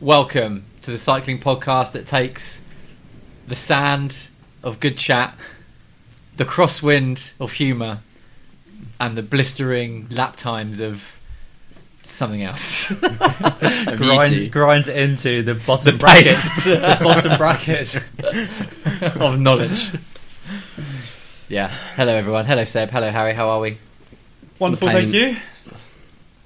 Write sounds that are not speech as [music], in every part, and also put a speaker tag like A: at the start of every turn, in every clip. A: Welcome to the cycling podcast that takes the sand of good chat, the crosswind of humour, and the blistering lap times of something
B: [laughs]
A: else.
B: E
C: grinds, grinds into the bottom
A: The
C: bracket,
A: paste.
C: [laughs] the
A: [laughs]
C: bottom bracket.
A: of knowledge. Yeah. Hello, everyone. Hello, Seb. Hello, Harry. How are we?
C: Wonderful,
A: Pain.
C: thank you.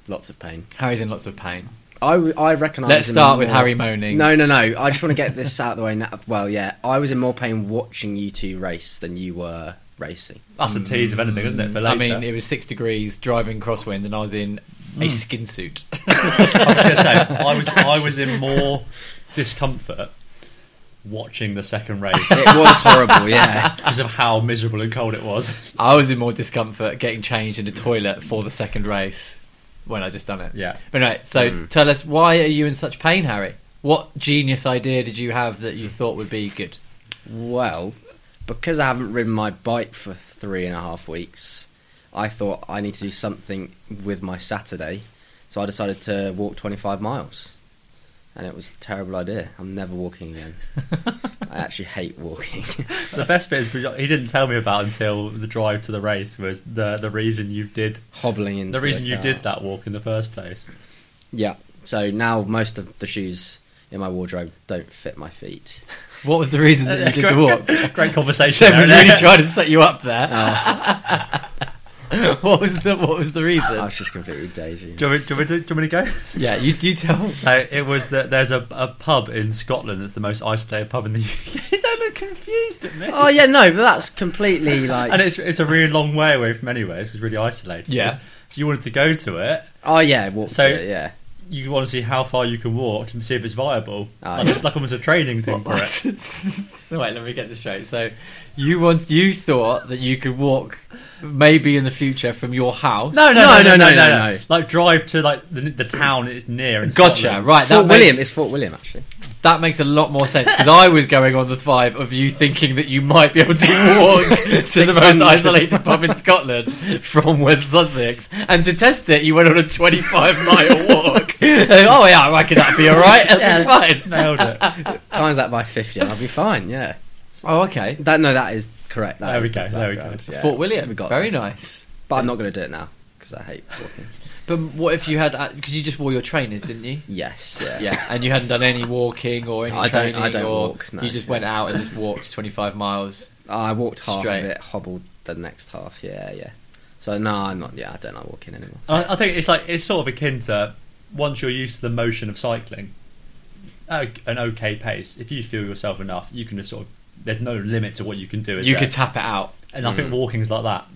B: Lots of pain.
A: Harry's in lots of pain.
B: I, I reckon I
A: Let's
B: was in
A: start with
B: more-
A: Harry moaning.
B: No, no, no. I just want to get this out of the way now. Well, yeah, I was in more pain watching you two race than you were racing.
C: That's a tease of anything, isn't it? For
A: I
C: later.
A: mean, it was six degrees, driving crosswind, and I was in
B: Mm.
A: a skin suit.
C: I
A: [laughs]
C: was going to say I was I was in more discomfort watching the
A: [laughs]
C: second race
B: It was horrible. Yeah,
C: because of how miserable and cold it was.
A: I was in more discomfort getting changed in the toilet for the second race when I just done it.
C: Yeah.
A: But anyway, so
B: Mm.
A: tell us why are you in such pain, Harry? What genius idea did you have that you thought would be good?
B: well, because I haven't ridden my bike for three and a half weeks, I thought I need to do something with my Saturday, so I decided to walk 25 miles, and it was a terrible idea. I'm never walking
A: [laughs]
B: again. I actually hate walking. [laughs]
C: The best bit is he didn't tell me about until the drive to the race was the the reason you did
B: Hobbling into
C: the reason you
B: car.
C: did that walk in the first place.
B: Yeah. So now most of the shoes in my wardrobe don't fit
C: [laughs]
B: my feet.
A: What was the reason that you did the [laughs] walk?
C: great, great conversation.
A: Seb was
C: [laughs] there,
A: really
C: innit?
A: trying to set you up there.
B: Oh,
A: Ah. [laughs] What was the What was the
B: I
A: reason?
B: was just completely
C: [laughs]
B: daydreaming.
C: Do you, want me, do, you want me to, do you want me to go?
A: [laughs] Yeah, you you tell. us.
C: So it was that there's a, a pub in Scotland that's the most isolated pub in the UK. you [laughs] don't look confused at me.
B: Oh yeah, no, but that's completely
C: And
B: like.
C: it's, it's a really long way away from anywhere, so it's really isolated.
A: [laughs] Yeah.
C: So you wanted to go to it,
B: Oh yeah, walk
C: So-
B: to it. Yeah.
C: you want to see how far you can walk to see if it's viable.
B: Ah,
C: like,
B: yeah.
C: like almost a training thing for [laughs] it.
A: [laughs] Wait, let me get this straight. So, you once you thought that you could walk, maybe in the future, from your house.
B: No, no, no, no, no, no.
C: Like drive to like the, the town it's near. In
A: Gotcha.
C: Scotland.
A: Right. That
B: Fort
A: makes,
B: William. It's Fort William actually.
A: that makes a lot more sense because I was going on the five of you thinking that you might be able to
B: [laughs]
A: walk to the most
B: 600.
A: isolated pub in Scotland from West Sussex, and to test it, you went on a twenty-five mile
B: [laughs]
A: walk. And, oh yeah, I reckon that'd be all right. That'd
B: Yeah.
A: be fine.
C: Nailed
B: [laughs]
C: it.
B: Times that by fifty, and I'll be fine. Yeah.
A: Oh okay.
B: That no, that is correct. That
C: There we
B: is
C: go,
B: the
C: there we go.
B: background, yeah.
A: Fort William.
B: We got
A: Very
B: that.
A: nice.
B: But I'm not going to do it now because I hate walking.
A: But what if you had? Because you just wore your trainers, didn't you?
B: Yes. Yeah.
A: Yeah, and you hadn't done any walking or any
B: I don't- I
A: training.
B: don't
A: or
B: walk, no.
A: You just went out and just walked 25 miles.
B: I walked half
A: Straight.
B: of it, hobbled the next half. Yeah. Yeah. So no, I'm not. Yeah, I don't like walking anymore.
C: I, I think it's like it's sort of akin to once you're used to the motion of cycling, o- an okay pace. If you feel yourself enough, you can just sort of. There's no limit to what you can do. Is
A: You
C: there?
A: could Mm. tap it out.
C: and I think walking's like that.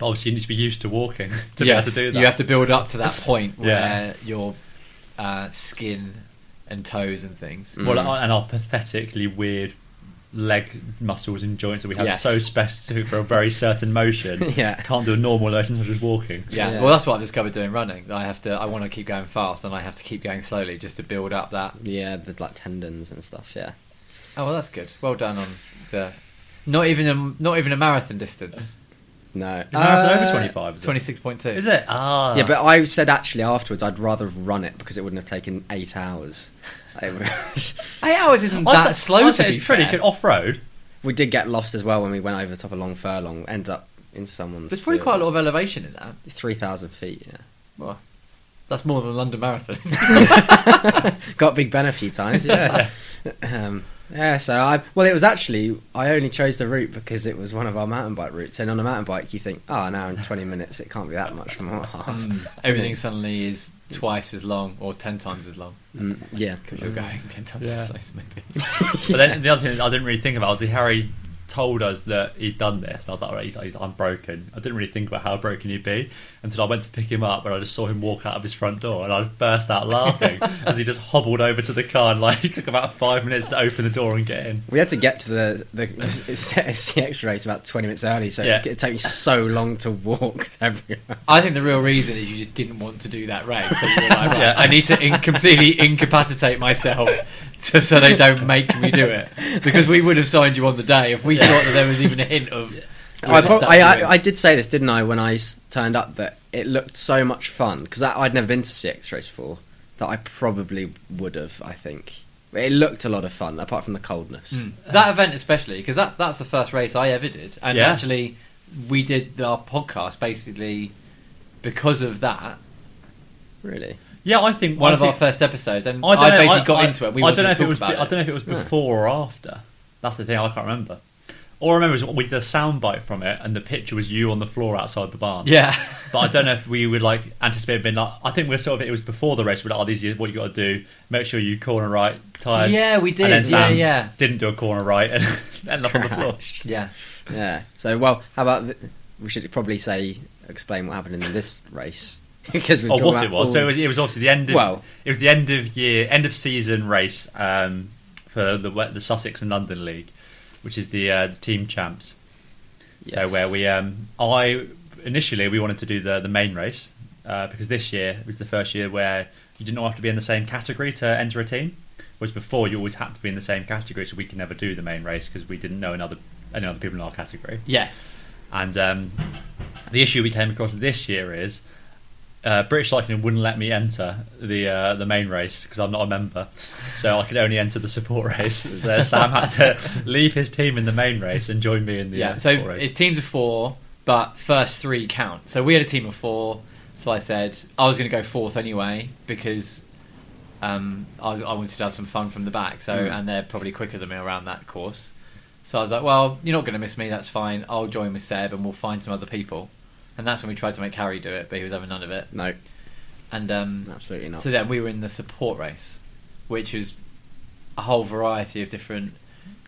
C: But obviously, you need to be used to walking [laughs] to
A: yes,
C: be able to do that.
A: you have to build up to
C: [laughs]
A: that point where
C: Yeah.
A: your uh, skin and toes and things.
B: Mm.
C: Well, and our pathetically weird leg muscles and joints that we have
A: Yes.
C: so specific for a very
A: [laughs]
C: certain motion.
B: [laughs] Yeah.
C: Can't do a normal motion such as walking.
A: Yeah.
B: Yeah.
A: well, that's what I've discovered doing running. I have to. I want to keep going fast, and I have to keep going slowly just to build up that.
B: Yeah, the like tendons and stuff. Yeah.
A: Oh well, that's good. Well done on the. Not even a not even a marathon distance.
B: No.
C: Is marathon
B: Uh,
C: over 25? Is it?
A: Twenty six point two.
C: Is it? Ah.
B: Yeah, but I said actually afterwards I'd rather have run it because it wouldn't have taken eight hours. [laughs] It would-
A: Eight hours isn't
C: I
A: that
C: thought- I
A: slow
C: thought
A: to be
C: It's pretty
A: fair.
C: good off road.
B: [laughs] we did get lost as well when we went over the top of Long Furlong. Ended up in someone's.
A: There's probably quite a lot of elevation in that.
B: Three thousand feet. Yeah.
A: Well, that's more than London Marathon. [laughs]
B: Got Big Ben a few times. Yeah. [laughs] um, yeah. So I well, it was actually I only chose the route because it was one of our mountain bike routes, and on a mountain bike you think, oh, an hour and twenty minutes. It can't be that
A: [laughs]
B: much more. [laughs]
A: Mm.
B: hard.
A: Everything suddenly is twice as long or ten times as long
B: Mm, yeah.
A: because you're going [laughs] ten times
C: Yeah.
A: as slow. Maybe.
C: But then the other thing that I didn't really think about was that Harry told us that he'd done this. And I thought, right, he's, he's, I'm broken. I didn't really think about how broken he'd be until I went to pick him up and I just saw him walk out of his front door and I just burst
A: [laughs]
C: out laughing as he just hobbled over to the car and like [laughs] it took about five minutes to open the door and get in.
B: We had to get to the the [laughs] CX race about twenty minutes early, so
C: Yeah.
B: it, it took me so long to walk [laughs] to everywhere.
A: I think the real reason is you just didn't want to do that race. So you were like, right,
C: Yeah.
A: I need to in- completely incapacitate myself to, so they don't make me do it because we would have signed you on the day if we thought that there was even a hint of.
B: I, prob-
A: stuff
B: I,
A: doing.
B: I, I did say this, didn't I, when I s- turned up that it looked so much fun because I'd never been to CX race before, that I probably would have. I think But it looked a lot of fun, apart from the coldness.
C: Hmm.
A: That event especially, because that that's the first race I ever did, and
C: Yeah.
A: actually we did our podcast basically because of that.
B: Really,
C: Yeah, I think
A: One
C: I
A: of
C: think,
A: our first episodes, and I,
C: I don't know,
A: basically
C: I-
A: got
C: I-
A: into it. We
C: I
A: wanted
C: don't know
A: to
C: if
A: talk
C: it was. be-
A: about
C: I don't know if it was before or after. That's the thing. I can't remember. All I remember is we did a soundbite from it, and the picture was you on the floor outside the barn.
A: Yeah,
C: But I don't know if we would like anticipate being like. I think we're sort of it was before the race. We're like, oh, these are what you got to do. Make sure you corner right, tired.
A: yeah, we
C: And then
A: did. Yeah,
C: Sam
A: yeah,
C: didn't do a corner right and [laughs] ended up on the floor.
A: yeah.
B: yeah. So well, how about th- we should probably say explain what happened in this race [laughs] because we
C: or Oh, what it was. So it was, it was obviously the end. Of,
B: Well-
C: it was the end of year, end of season race um, for the we- the Sussex and London League, which is the, uh, the team champs. So
B: Yes.
C: where we, um, I initially we wanted to do the the main race uh, because this year was the first year where you didn't all have to be in the same category to enter a team, whereas before you always had to be in the same category, so we could never do the main race because we didn't know another any other people in our category.
A: Yes.
C: And um, the issue we came across this year is uh, British Cycling wouldn't let me enter the uh, the main race because I'm not a member, so I could only enter the support [laughs] race. So
B: [laughs]
C: then Sam had to leave his team in the main race and join me in the
A: Yeah.
C: uh,
A: so
C: support race.
A: it's teams of four, but first three count. So we had a team of four. So I said I was going to go fourth anyway because um, I, was, I wanted to have some fun from the back. So
B: Mm.
A: and they're probably quicker than me around that course. So I was like, well, you're not going to miss me. That's fine. I'll join with Seb and we'll find some other people. And that's when we tried to make Harry do it, but he was having none of it.
B: no,
A: And um,
B: absolutely not.
A: so then we were in the support race, which is a whole variety of different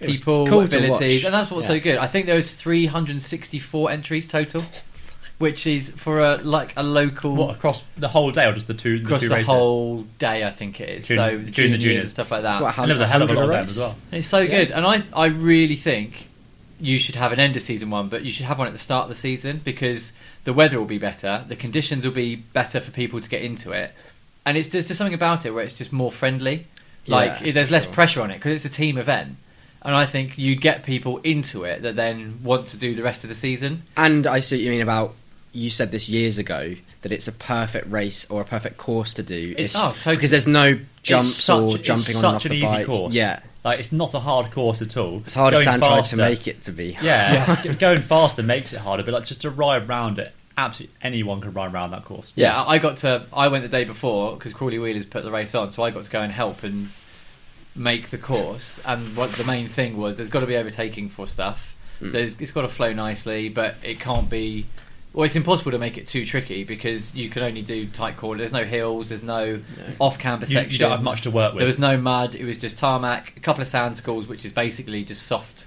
B: It was
A: people,
B: cool to
A: abilities,
B: watch.
A: and that's what's so
B: Yeah.
A: good. I think there was 364 entries total, which is for a like a local
C: what across the whole day or just the two the
A: across
C: two
A: the
C: races?
A: whole day. I think it is.
C: Jun-
A: so
C: Jun-
A: the
C: the
A: juniors, and
C: juniors.
A: stuff like that.
B: What,
C: And there was a hell of a lot of them
B: race?
C: as well.
A: It's so
B: Yeah.
A: good, and I I really think you should have an end of season one, but you should have one at the start of the season because the weather will be better, the conditions will be better for people to get into it, and it's there's just something about it where it's just more friendly. Like
B: Yeah,
A: it- there's less
B: sure.
A: pressure on it because it's a team event, and I think you get people into it that then want to do the rest of the season.
B: And I see what you mean about you said this years ago that it's a perfect race or a perfect course to do.
A: It's- oh, totally.
B: because there's no jumps
C: such-
B: or
C: it's
B: jumping on and
C: such
B: off
C: an
B: the
C: easy
B: bike.
C: course.
B: Yeah,
C: Like it's not a hard course at all.
B: it's hard as
C: Going
B: Sam tried to
C: faster-
B: make it to be. [laughs]
C: Yeah, g- going faster makes it harder, but like just to ride round it, absolutely anyone can ride round that course.
B: Yeah.
A: I I got to. I went the day before because Crawley Wheelers put the race on, so I got to go and help and make the course. And what the main thing was, there's got to be overtaking for stuff. There's, it's got to flow nicely, but it can't be. Well, it's impossible to make it too tricky because you can only do tight corner. There's no hills. There's no off-camber
C: You- you
A: sections.
C: don't have much to work with.
A: There was no mud. It was just tarmac, a couple of sand schools, which is basically just soft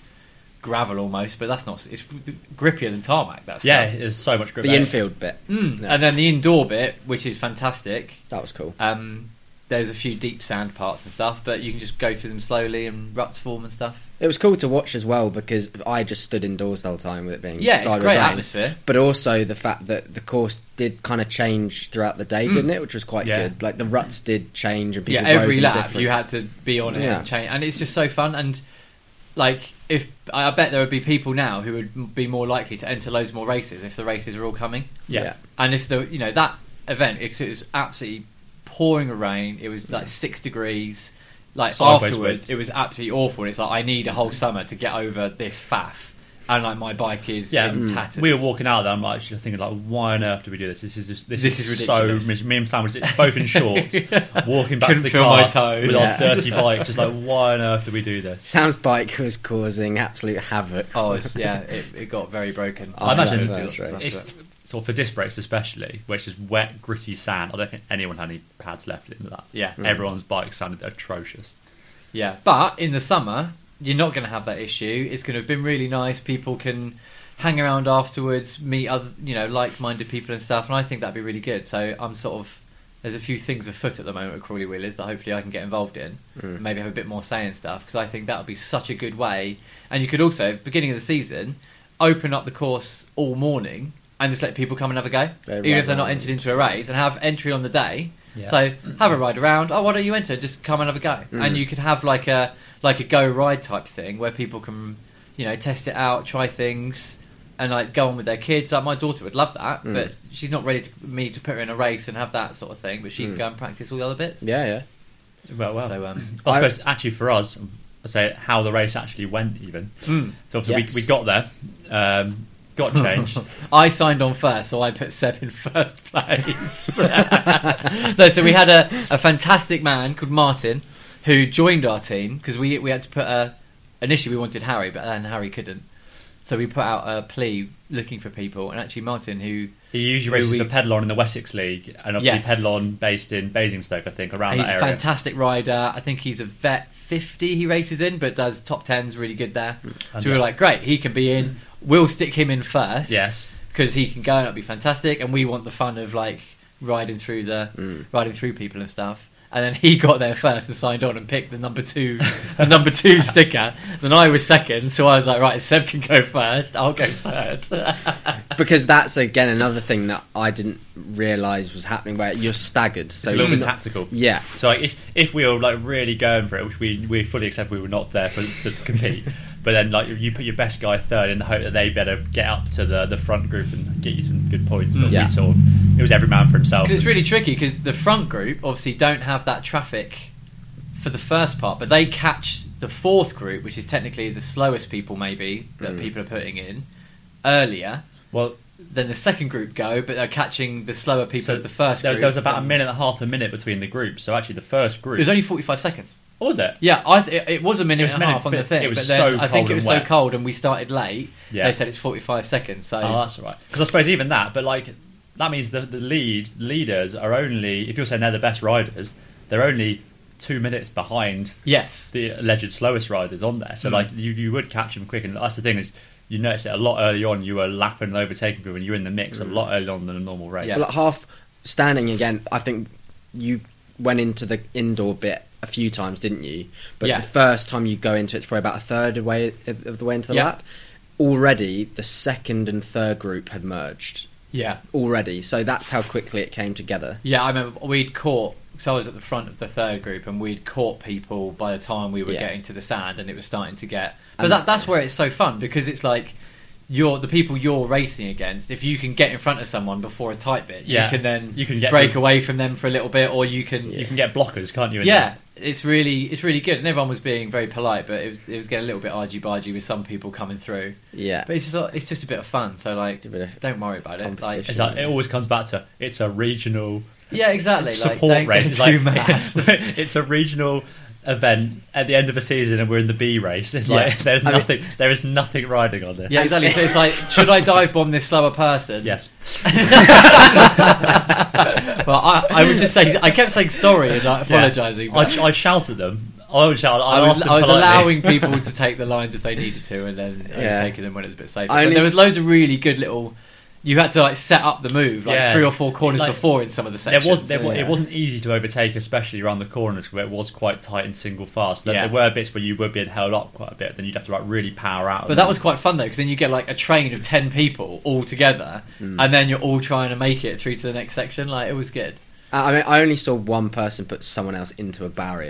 A: gravel almost. But that's not. It's grippier than tarmac. That's
C: Yeah, there's so much grip.
B: the
C: there.
B: infield bit.
A: Mm.
B: Yeah.
A: And then the indoor bit, which is fantastic.
B: That was cool.
A: Um, there's a few deep sand parts and stuff, but you can just go through them slowly and ruts form and stuff.
B: It was cool to watch as well because I just stood indoors the whole time with it being
A: Yeah, it's
B: sideways
A: great
B: rain.
A: atmosphere.
B: But also the fact that the course did kind of change throughout the day, didn't it? Which was quite
C: Yeah.
B: good. Like the ruts did change and people
A: Mm. yeah, every
B: rode them
A: lap
B: different.
A: you
B: [laughs]
A: had to be on it
B: Yeah.
A: and change, and it's just so fun. And like, if I I bet there would be people now who would m- be more likely to enter loads more races if the races are all coming.
C: Yeah.
B: Yeah.
A: And if the you know that event, it, it was absolutely pouring rain. It was like six degrees. Like
C: Sideways
A: afterwards,
C: wind.
A: it was absolutely awful. It's like I need a whole summer to get over this faff, and like my bike is
C: Yeah,
A: in
C: mm.
A: tatters.
C: we were walking out of there. I'm like, actually thinking, like, why on earth do we do this? This is just, this,
A: This
C: is,
A: is
C: so.
A: ridiculous.
C: mis- Me and Sam were just
A: [laughs]
C: both in shorts, walking back to
A: Couldn't
C: the
A: feel
C: car
A: my toes.
C: with
B: Yeah.
C: our dirty bike. Just like, why on earth do we do this?
B: Sam's bike was causing absolute havoc.
A: Oh it's, yeah, it, it got very broken.
B: I
C: I imagine
B: that
C: it's,
B: first race.
C: it's- sort of for disc brakes especially, where it's just wet, gritty sand. I don't think anyone had any pads left in that.
A: Yeah.
C: everyone's bike sounded atrocious.
A: Yeah, but in the summer, you're not going to have that issue. It's going to have been really nice. People can hang around afterwards, meet other, you know, like-minded people and stuff, and I think that'd be really good. So I'm sort of there's a few things afoot at the moment at Crawley Wheelers that hopefully I can get involved in, and maybe have a bit more say in stuff because I think that would be such a good way. And you could also beginning of the season open up the course all morning and just let people come and have a go,
B: They
A: even if
B: ride
A: they're not
B: around.
A: entered into a race, and have entry on the day.
C: Yeah.
A: So have a ride around. Oh, why don't you enter? Just come and have a go.
B: Mm.
A: And you could have like a like a go ride type thing where people can, you know, test it out, try things, and like go on with their kids. Like my daughter would love that,
B: Mm.
A: but she's not ready to me to put her in a race and have that sort of thing. But she can go and practice all the other bits.
B: Mm. Yeah, yeah.
C: Well, well.
A: So
B: [clears throat]
A: um,
C: I suppose actually for us, I say how the race actually went even.
A: mm.
C: So obviously
B: Yes.
C: we, we got there, um,
A: [laughs]
C: got changed.
A: I signed on first, so I put Seb in first place. [laughs] no, so we had a, a fantastic man called Martin who joined our team because we we had to put a initially we wanted Harry, but then Harry couldn't. So we put out a plea looking for people, and actually Martin, who
C: he usually races
A: We-
C: for Pedlon in the Wessex League, and obviously
A: Yes.
C: Pedlon based in Basingstoke, I think, around
A: he's a
C: that area.
A: fantastic rider. I think he's a vet 50 he races in, but does top 10s really good there. so
C: And,
A: we were
C: uh,
A: like, great, he can be in. We'll stick him in first.
C: Yes.
A: Because he can go and it'll be fantastic. And we want the fun of like riding through the
B: Mm.
A: riding through people and stuff. And then he [laughs] got there first and signed on and picked the number two, the number
C: [laughs]
A: two sticker. Then I was second, so I was like, right, Seb can go first. I'll go third. [laughs]
B: Because that's again another thing that I didn't realise was happening. Where you're staggered,
C: It's a
B: so
C: little
B: you're
C: bit
B: not-
C: tactical.
B: Yeah,
C: So like, if if we were like really going for it, which we we fully accept we were not there for to, to
A: [laughs]
C: compete, but then like you put your best guy third in the hope that they better get up to the the front group and get you some good points. But
B: Yeah.
C: we sort of it was every man for himself.
A: Because it's really tricky because the front group obviously don't have that traffic for the first part, but they catch the fourth group, which is technically the slowest people, maybe that
B: Mm.
A: people are putting in earlier.
C: well.
A: Then the second group go, but they're catching the slower people
C: So
A: of the first
C: there,
A: group.
C: there was about a
A: And-
C: minute and a half, a minute between the groups. So actually, the first
A: It
C: group
A: was only forty-five seconds.
C: What was it?
A: Yeah, I th- it, it was a minute
C: It was
A: and
C: a
A: a
C: minute,
A: half on
C: but
A: the thing.
C: it was
A: but then
C: so
A: I
C: cold
A: think it was
C: and
A: so
C: wet.
A: cold, and we started late.
C: Yeah.
A: They said it's forty-five seconds. So
C: Oh, that's all right. Because I suppose even that, but like that means the the lead leaders are only if you're saying they're the best riders, they're only two minutes behind
A: yes,
C: the alleged slowest riders on there.
A: Hmm.
C: So like you you would catch them quick, and that's the thing is you notice it a lot early on. You were lapping and overtaking people, and you were in the mix a lot earlier on than a normal race.
A: Hmm. Yeah.
B: Well, like half standing again. I think you went into the indoor bit a few times, didn't you? But
A: Yeah.
B: the first time you go into it, it's probably about a third away of of the way into the
A: Yeah.
B: lap. Already, the second and third group had merged
A: yeah.
B: already, so that's how quickly it came together.
A: Yeah, I remember we'd caught. So I was at the front of the third group, and we'd caught people by the time we were
B: Yeah.
A: getting to the sand, and it was starting to get. But
B: And-
A: that, that's where it's so fun because it's like you're the people you're racing against. If you can get in front of someone before a tight bit,
C: Yeah.
A: you can then
C: You can get
A: break
C: them-
A: away from them for a little bit, or you can
C: You can get blockers, can't you? in
A: yeah, it's really it's really good, and everyone was being very polite, but it was it was getting a little bit argy bargy with some people coming through.
B: Yeah,
A: But it's just it's just a bit of fun, so like
B: Just a bit of
A: don't worry about it. Like,
C: there? It's like, it always comes back to it's a regional
A: yeah, exactly. like,
C: support
A: don't
C: race.
A: Get
C: It's
A: too
C: like
A: mad.
C: [laughs]
A: [laughs]
C: it's, it's a regional event at the end of a season, and we're in the B race. [laughs] It's like
B: Yeah.
C: there's
B: I mean-
C: nothing. there is nothing riding on this.
A: Yeah, exactly. So it's like, should I dive bomb this slower person?
C: Yes.
A: Well, I, I would just say I kept saying sorry and like
C: Yeah.
A: apologising.
C: I,
A: but
C: I shout at them. I would shout. I,
A: I was,
C: asked them
A: I was
C: politely.
A: allowing people to take the lines if they needed to, and then only
B: Yeah.
A: taking them when it was a bit safer.
B: I
A: But
B: only
A: there
B: s-
A: was loads of really good little. You had to like set up the move like
C: Yeah.
A: three or four corners
C: Like,
A: before in some of the
C: [laughs] There
A: sections.
C: was, there
B: so
C: wa-
B: yeah.
C: It wasn't easy to overtake, especially around the corners, where it was quite tight and single fast. There,
A: Yeah.
C: there were bits where you were being held up quite a bit, then you'd have to like really power out.
A: But that was quite fun though, because then you get like a train of ten people all together,
C: Hmm.
A: and then you're all trying to make it through to the next section. Like it was good.
B: I I mean, I only saw one person put someone else into a barrier,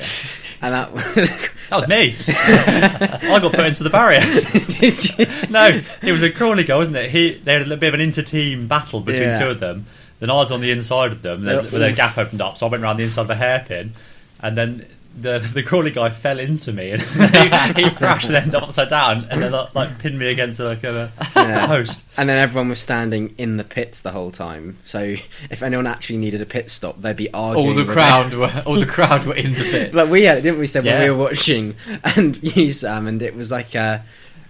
B: and that [laughs] was.
A: [laughs]
C: that was me. [laughs] I got put into the barrier.
B: Did you?
C: no, it was a Crawley goal, wasn't it? He they had a little bit of an inter-team battle between
B: Yeah.
C: two of them. Then I was on the inside of them.
B: Yeah.
C: Then, then a gap opened up, so I went around the inside of a hairpin, and then the the Crawley guy fell into me, and [laughs] he, he crashed and ended up upside down, and then like, like pinned me against like a,
B: Yeah.
A: Oh,
C: a post.
B: And then everyone was standing in the pits the whole time. So if anyone actually needed a pit stop, they'd be arguing.
A: All the
B: with
A: crowd
C: [laughs]
A: were all the crowd were in the pit.
B: [laughs] Like we had, it, didn't we? Said when
C: Yeah.
B: we were watching, [laughs] and you, Sam, and it was like uh,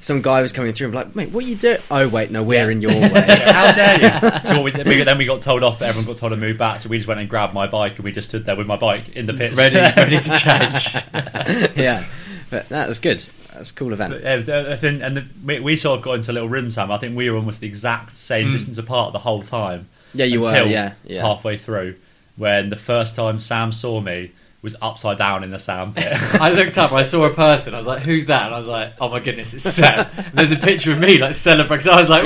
B: some guy was coming through and be like, "Mate, what are you doing?" Oh wait, no, we're
C: Yeah.
B: in
A: [laughs]
B: your way.
C: How dare you? So what we, did- we, then we got told off. Everyone got told to move back. So we just went and grabbed my bike, and we just stood there with my bike in the pits,
A: Ready,
C: [laughs]
A: ready to change.
B: yeah, but that was good. That was a cool event.
A: [laughs]
C: But, uh, I think, and the, we, we sort of got into a little rhythm, Sam. I think we were almost the exact same
B: Hmm.
C: distance apart the whole time.
B: Yeah, you were,
C: until
B: yeah, yeah.
C: halfway through, when the first time Sam saw me was upside down in the sand pit. [laughs]
A: I looked up, I saw a person, I was like, who's that? And I was like, oh my goodness, it's Sam. And there's a picture of me, like, celebrating. 'cause I was like,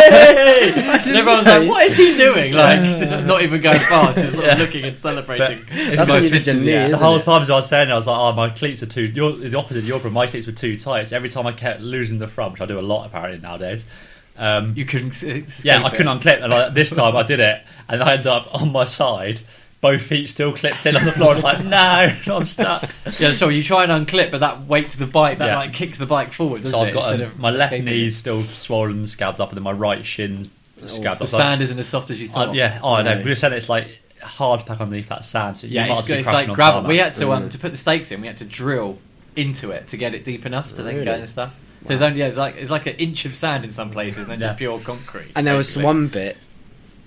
A: way! And everyone was like, what is he doing? Like, not even going far, just sort of looking and celebrating.
C: That's
A: With my
B: what you did
A: fist
B: your
A: in the air.
B: knees.
C: the
B: Isn't
C: whole
B: it?
C: time as I was saying, it, I was like, "Oh, my cleats are too." You're the opposite of your problem. My cleats were too tight. So every time I kept losing the front, which I do a lot apparently nowadays. Um,
A: You couldn't. s- uh, escape
C: yeah, I
A: it.
C: couldn't unclip, and I, this time I did it, and I ended up on my side, both feet still clipped in on the floor. I was like, no, [laughs] I'm stuck.
A: Yeah, that's trouble. You try and unclip, but that weight to the bike that
C: Yeah.
A: like kicks the bike forward.
C: So
A: doesn't
C: I've
A: it,
C: got
A: instead
C: a,
A: of
C: my left
A: escaping it?
C: knee's still swollen, and scabbed up, and then my right shin scabbed up.
A: The
C: So I-
A: sand isn't as soft as you
C: I-
A: thought.
C: yeah, oh, I know.
B: No.
C: We said it's like hard pack underneath that sand. So you
A: yeah.
C: might
A: It's,
C: as well
A: good.
C: be
A: it's
C: crashing
A: like
C: on
A: gravel.
C: tarmac.
A: We had to um, to put the stakes in. We had to drill into it to get it deep enough to then go
B: Really?
A: and stuff. So there's only yeah, it's like it's like an inch of sand in some places, and then
C: Yeah.
A: just pure concrete.
B: And there was
A: basically.
B: one bit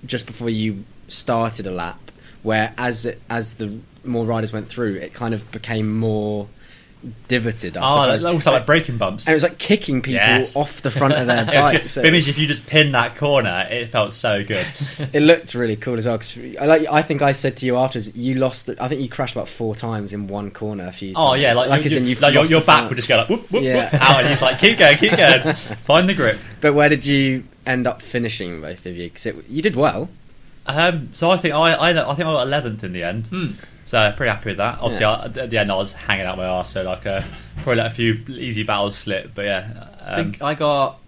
B: just before you started a lap where, as it, as the more riders went through, it kind of became more divoted.
A: Ah,
B: I
C: Oh,
B: suppose.
C: that's almost like breaking bumps. [laughs]
B: and it was like kicking people
C: Yes.
B: off the front of
C: [laughs]
B: their
C: It was
B: bike.
C: good.
B: so
C: But it
B: it,
C: means
B: was-
C: if you just pin that corner, it felt so good.
B: it looked really cool as well. 'cause I like. I think I said to you afterwards, you lost. The, I think you crashed about four times in one corner. A few.
C: Oh
B: times.
C: yeah, like,
B: as
C: you,
B: in
C: you,
B: you've
C: like your,
B: lost
C: your
B: the
C: back
B: front.
C: would just go like whoop whoop
B: Yeah.
C: whoop out, and he's like keep going, keep going, find the grip.
B: But where did you end up finishing, both of you? Because you did well.
C: Um, so I think I, I I think I got eleventh in the end.
A: Hmm.
C: So pretty happy with that. Obviously,
B: Yeah.
C: I, at the end I was hanging out my arse, so like uh, probably let a few easy battles slip. But yeah,
A: I
C: um,
A: think I got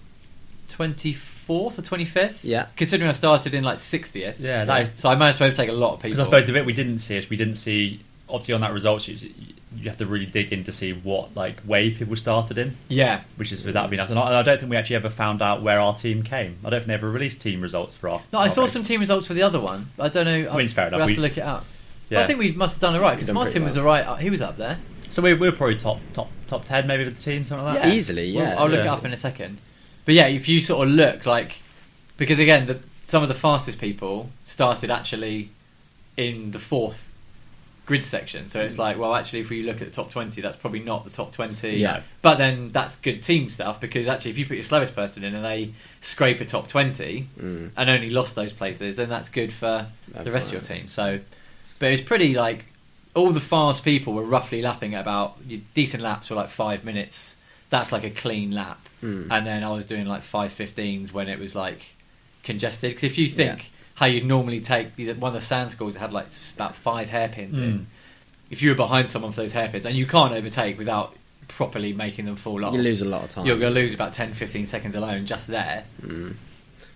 A: twenty fourth or twenty fifth.
B: Yeah.
A: Considering I started in like sixtieth.
C: Yeah, that is-
A: so I managed to overtake a lot of
C: Because
A: people.
C: I suppose the bit we didn't see is we didn't see obviously on that results sheet you have to really dig in to see what like wave people started in,
A: yeah.
C: which is
A: Mm.
C: that would be nice. And I, and I don't think we actually ever found out where our team came. I don't think they ever released team results for our.
A: No, I
C: our
A: saw
C: race.
A: some team results for the other one. but I don't know.
C: I mean, it's fair enough,
A: We'll have
C: we-
A: to look it up. But
C: Yeah.
A: I think we must have done all right
B: We've
A: because
B: done pretty
A: Martin was all
B: well.
A: right. uh, He was up there.
C: So we, we were probably top top top ten maybe with the team something like that.
B: Yeah. Easily,
A: Well,
B: yeah,
A: I'll look it
C: yeah.
A: up in a second. But yeah, if you sort of look like, because again, the, some of the fastest people started actually in the fourth grid section. So
B: Mm.
A: it's like, well, actually, if we look at the top twenty, that's probably not the top twenty.
B: Yeah.
A: But then that's good team stuff because actually, if you put your slowest person in and they scrape a top twenty
B: Mm.
A: and only lost those places, then that's good for
B: That's
A: the rest of your
B: right.
A: team. So, but it was pretty like all the fast people were roughly lapping at about your decent laps were like five minutes. That's like a clean lap,
B: Mm.
A: and then I was doing like five fifteens when it was like congested. Because if you think
B: Yeah.
A: how you'd normally take these- one of the sand schools that had like s- about five hairpins
C: Mm.
A: in, if you were behind someone for those hairpins, and you can't overtake without properly making them fall
C: Oh.
A: off,
B: You lose a lot of time.
A: you're going to lose about 10, 15 seconds alone just there.
B: Mm.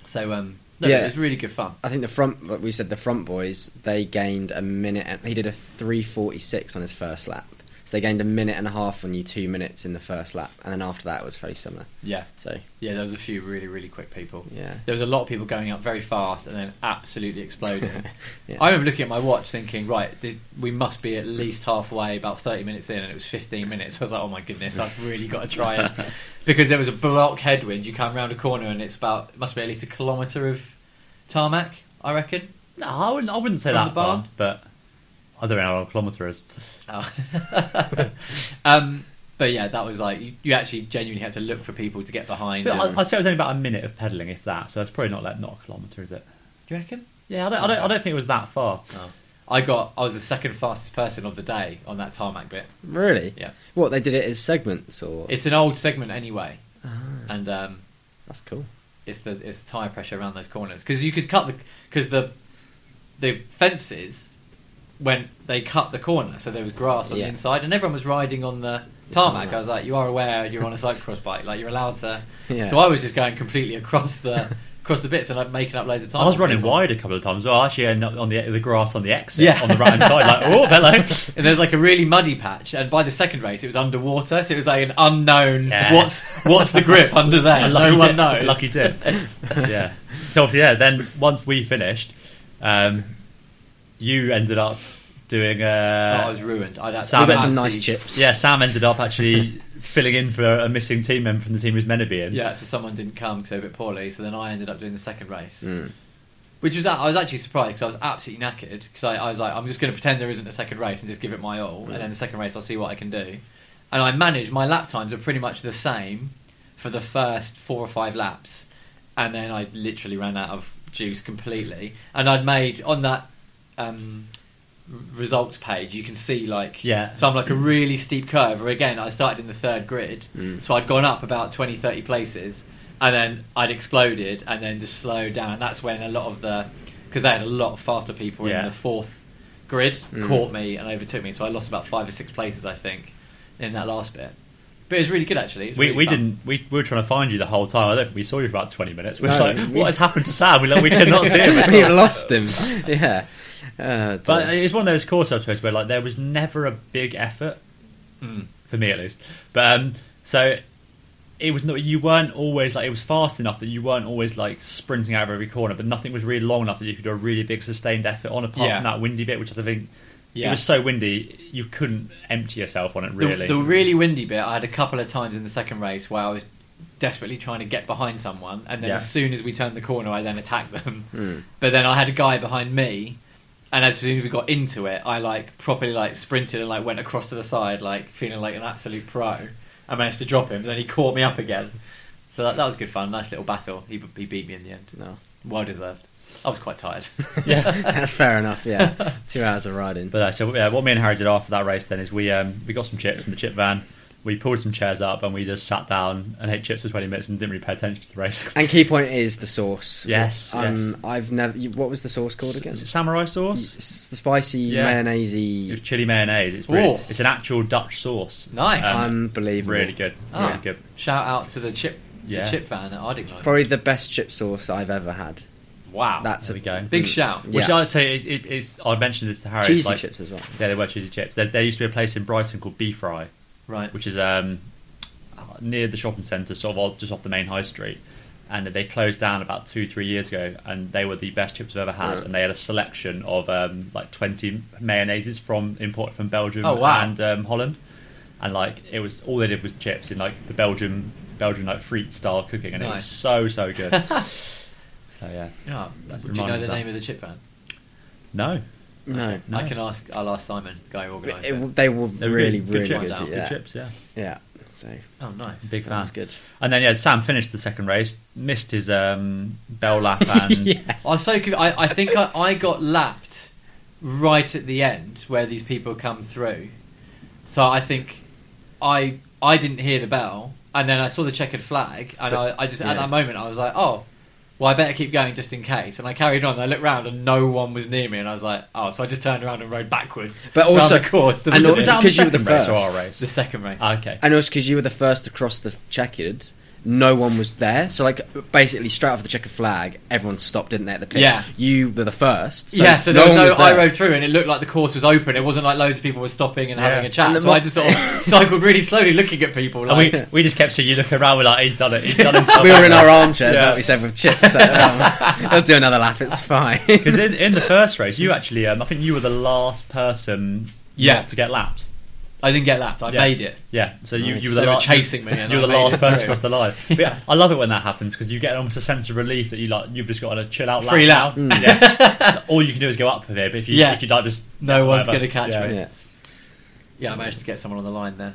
A: So um, no,
B: Yeah.
A: it was really good fun.
B: I think the front, like we said, the front boys, they gained a minute. and He did a 346 on his first lap. So they gained a minute and a half on you, two minutes in the first lap. And then after that, it was very similar.
A: Yeah,
B: So,
A: yeah. There was a few really, really quick people.
B: yeah.
A: There was a lot of people going up very fast and then absolutely
B: [laughs]
A: exploding.
B: Yeah.
A: I remember looking at my watch, thinking, right, this, we must be at least halfway, about thirty minutes in, and it was fifteen minutes. [laughs] I was like, oh my goodness, I've really got to try and because there was a block headwind. You come round a corner and it's about it must be at least a kilometre of tarmac, I reckon.
C: No, I wouldn't. I wouldn't say
A: From the
C: that
A: bar?
C: far, but I don't know how long a kilometre is.
A: Oh. [laughs] um, but yeah, that was like you, you actually genuinely had to look for people to get behind.
C: I-
A: and-
C: I'd say it was only about a minute of pedalling, if that. So it's probably not like not a kilometre, is it?
A: do you reckon?
C: Yeah, I don't, I don't. I don't think it was that far.
A: No. I got. I was the second fastest person of the day on that tarmac bit.
B: Really?
A: Yeah.
B: What, they did it as segments or?
A: It's an old segment anyway,
B: Ah,
A: and um,
B: that's cool.
A: it's the it's the tire pressure around those corners because you could cut the because the the fences when they cut the corner, so there was grass on
B: Yeah.
A: the inside, and everyone was riding on the
B: The
A: tarmac.
B: tarmac.
A: I was like, you are aware you're on a cyclocross bike, like you're allowed to.
B: Yeah. [laughs]
A: So I was just going completely across the across the bits and like making up loads of time.
C: I was running wide a couple of times. Well, I actually, ended up on the the grass on the exit on the right hand side, like oh
A: [laughs]
C: hello. [laughs]
A: And there's like a really muddy patch, and by the second race, it was underwater, so it was like an unknown.
C: Yeah.
A: What's what's the
C: [laughs]
A: grip under there?
C: And
A: no
C: lucky
A: one
C: dip,
A: knows. [laughs]
C: Lucky dip. yeah. So obviously, yeah. Then once we finished, um, you ended up doing.
A: Oh,
C: Uh,
A: I was ruined. I'd actually-
C: Sam
B: we got some
A: actually-
B: nice chips.
C: yeah, Sam ended up actually filling in for a missing team member from the team who's meant to be in.
A: Yeah, so someone didn't come because they were a bit poorly, so then I ended up doing the second race,
B: Mm.
A: which was I was actually surprised because I was absolutely knackered because I, I was like, I'm just going to pretend there isn't a second race and just give it my all, and then the second race I'll see what I can do. And I managed my lap times were pretty much the same for the first four or five laps, and then I literally ran out of juice completely, and I'd made on that. Um, r- results page you can see like
C: Yeah.
A: so i'm like a really steep curve where again i started in the third grid
B: Mm.
A: so I'd gone up about 20, 30 places, and then I'd exploded and then just slowed down. That's when a lot of the. Because they had a lot of faster people
C: Yeah.
A: in the fourth grid,
B: Mm.
A: caught me and overtook me. So I lost about five or six places, I think, in that last bit. But it was really good actually. It was
C: We,
A: really
C: we
A: fun.
C: didn't we, we were trying to find you the whole time. I don't think we saw you for about twenty minutes. We were
B: No,
C: like,
B: we-
C: what has happened to Sam? We, like, we [laughs] cannot
B: [laughs]
C: see him. at
B: We've
C: all.
B: lost him. [laughs] Yeah. Uh,
C: But it was one of those course I suppose where like there was never a big effort
A: Mm.
C: for me at least. But um, so it was not you weren't always like it was fast enough that you weren't always like sprinting out of every corner, but nothing was really long enough that you could do a really big sustained effort on. Apart
A: Yeah.
C: from that windy bit, which I think
A: Yeah.
C: it was so windy you couldn't empty yourself on it
A: The-
C: really.
A: The, really windy bit, I had a couple of times in the second race where I was desperately trying to get behind someone, and then
C: Yeah.
A: as soon as we turned the corner, I then attacked them.
B: Hmm.
A: But then I had a guy behind me, and as soon as we got into it, I like properly like sprinted and like went across to the side, like feeling like an absolute pro. I managed to drop him, but then he caught me up again. So that, that was good fun, nice little battle. He, he beat me in the end.
B: no.
A: Well deserved. I was quite tired.
C: [laughs] yeah.
B: [laughs] That's fair enough. Yeah.
C: [laughs]
B: Two hours of riding.
C: But uh, so yeah, what me and Harry did after that race then is we um, we got some chips from the chip van. We pulled some chairs up and we just sat down and ate chips for twenty minutes and didn't really pay attention to the race.
B: and key point is the sauce.
C: Yes,
B: Um,
C: yes.
B: I've never. you- What was the sauce called again?
C: Is it samurai sauce?
B: It's the spicy
C: Yeah. It was
B: mayonnaise.
C: chili mayonnaise. It's really,
A: Oh.
C: it's an actual Dutch sauce. Um,
A: Nice.
B: Unbelievable.
C: really good,
A: Ah.
C: really good.
A: Shout out to the chip,
C: Yeah.
A: the chip van at Ardingly.
B: Probably the best chip sauce I've ever had.
A: wow,
B: That's
C: there
B: a
C: we go.
A: big shout.
C: Which
B: Yeah.
C: I'd say is, it, it's. I mentioned this to Harry. it's
B: cheesy
C: like-
B: chips as well.
C: Yeah, they were cheesy chips. There, there used to be a place in Brighton called Beef Fry,
A: Right.
C: which is um, near the shopping centre, sort of off- just off the main high street. And they closed down about two, three years ago, and they were the best chips I've ever had.
B: Yeah.
C: And they had a selection of um, like twenty mayonnaises from imported from Belgium
A: Oh, wow.
C: and um, Holland. And like it was all they did was chips in like the Belgium, Belgian like frite style cooking, and it was
A: Nice.
C: so
A: [laughs]
C: so good. so yeah,
A: Yeah.
C: That's
A: Do you know
C: reminded
A: the
C: that.
A: name of the chip van?
C: no,
B: No.
C: No.
A: I can ask. I'll ask Simon, guy organiser.
B: It- they were
C: They were
B: really,
C: good, good,
B: really good.
C: chips,
A: good
B: yeah.
C: chips, yeah.
B: Yeah. So
A: oh, nice.
C: Big
B: that
C: fan.
B: was good.
C: And then yeah, Sam finished the second race, missed his um, bell lap,
B: [laughs]
C: and
B: yeah.
A: I'm so. conf- I, I think I, I got lapped right at the end where these people come through. So I think I I didn't hear the bell, and then I saw the checkered flag, and
B: But-
A: I, I just
B: yeah.
A: at that moment I was like, oh. Well, I better keep going just in case. And I carried on. And I looked round and no one was near me, and I was like, "Oh!" So I just turned around and rode backwards.
B: But
A: round
B: also-
A: the course, to
B: and
A: visit
B: al-
C: was
A: it.
C: that on
B: because you were the
C: second race or our
B: first.
C: race?
A: the second race.
C: Ah, okay,
B: And also because you were the first to cross the checkered, no one was there. So like basically straight off the checkered flag, everyone stopped, didn't they? At the pits.
A: Yeah.
B: You were the first. So
A: yeah, so
B: no
A: there
B: one
A: was
B: was
A: no. I
B: there.
A: rode through, and it looked like the course was open. It wasn't like loads of people were stopping and
C: Yeah.
A: having a chat.
B: And the
A: so
B: mo-
A: I just sort
B: [laughs]
A: of cycled really slowly, looking at people.
C: and
A: Like,
C: we, we just kept seeing you look around. We're like, he's done it. He's done himself.
B: we were in our armchairs,
C: Yeah.
B: like we said, with chips.
A: [laughs]
B: So, um, they'll do another lap. It's fine.
C: Because in, in the first race, you actually, um, I think you were the last person
A: Yeah.
C: not to get lapped.
A: I didn't get lapped. I
C: Yeah.
A: made it.
C: Yeah, so you,
B: Nice.
C: you were the
A: They were
C: la-
A: chasing me and
C: You were
A: I
C: the
A: made
C: last
A: it
C: person
A: through.
C: across the line. But yeah, I love it when that happens because you get almost a sense of relief that you like you've just got a chill out.
A: Free
C: lap
B: Mm.
C: now. Yeah. All you can do is go up with it. But if you
A: Yeah.
C: if you like just
A: [laughs] No one's
C: whatever.
A: gonna catch
C: yeah.
A: me.
B: [laughs] yeah.
A: Yeah, I managed to get someone on the line there.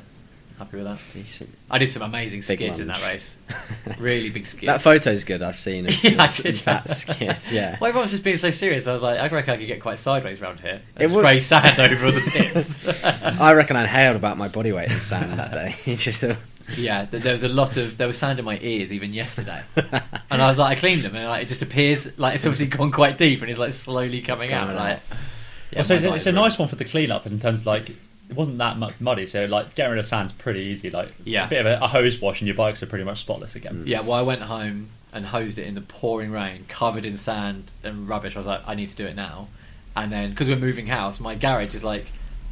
A: Happy with that.
B: Decent.
A: I did some amazing
B: Big
A: skids in
B: lunge.
A: that
B: [laughs]
A: race. [laughs] really big skids.
B: That photo's good. I've seen
A: [laughs]
B: it.
A: Yeah, I
B: It's-
A: did.
B: That
A: [laughs]
B: skit. Yeah.
A: Well, everyone's just being so serious. I was like, I reckon I could get quite sideways round here and
B: It would-
A: spray sand [laughs] over the pits.
B: [laughs] I reckon I'd hailed about my body weight in sand that day. [laughs] Just, uh,
A: [laughs] Yeah, th- there was a lot of there was sand in my ears even
B: [laughs]
A: yesterday, and I was like, I cleaned them, and like, it just appears like it's obviously gone quite deep, and it's like slowly coming out.
B: Coming
A: Like,
B: out.
A: yeah,
C: I suppose
A: my
C: it's,
A: eyes
C: it's a
A: were-
C: nice one for the clean up in terms of like it wasn't that much muddy, so like getting rid of sand's pretty easy. Like
A: Yeah. Mm.
C: a bit of a, a hose wash and your bikes are pretty much spotless again.
A: Yeah, well, I went home and hosed it in the pouring rain, covered in sand and rubbish. I was like, I need to do it now, and then because we're moving house, my garage is like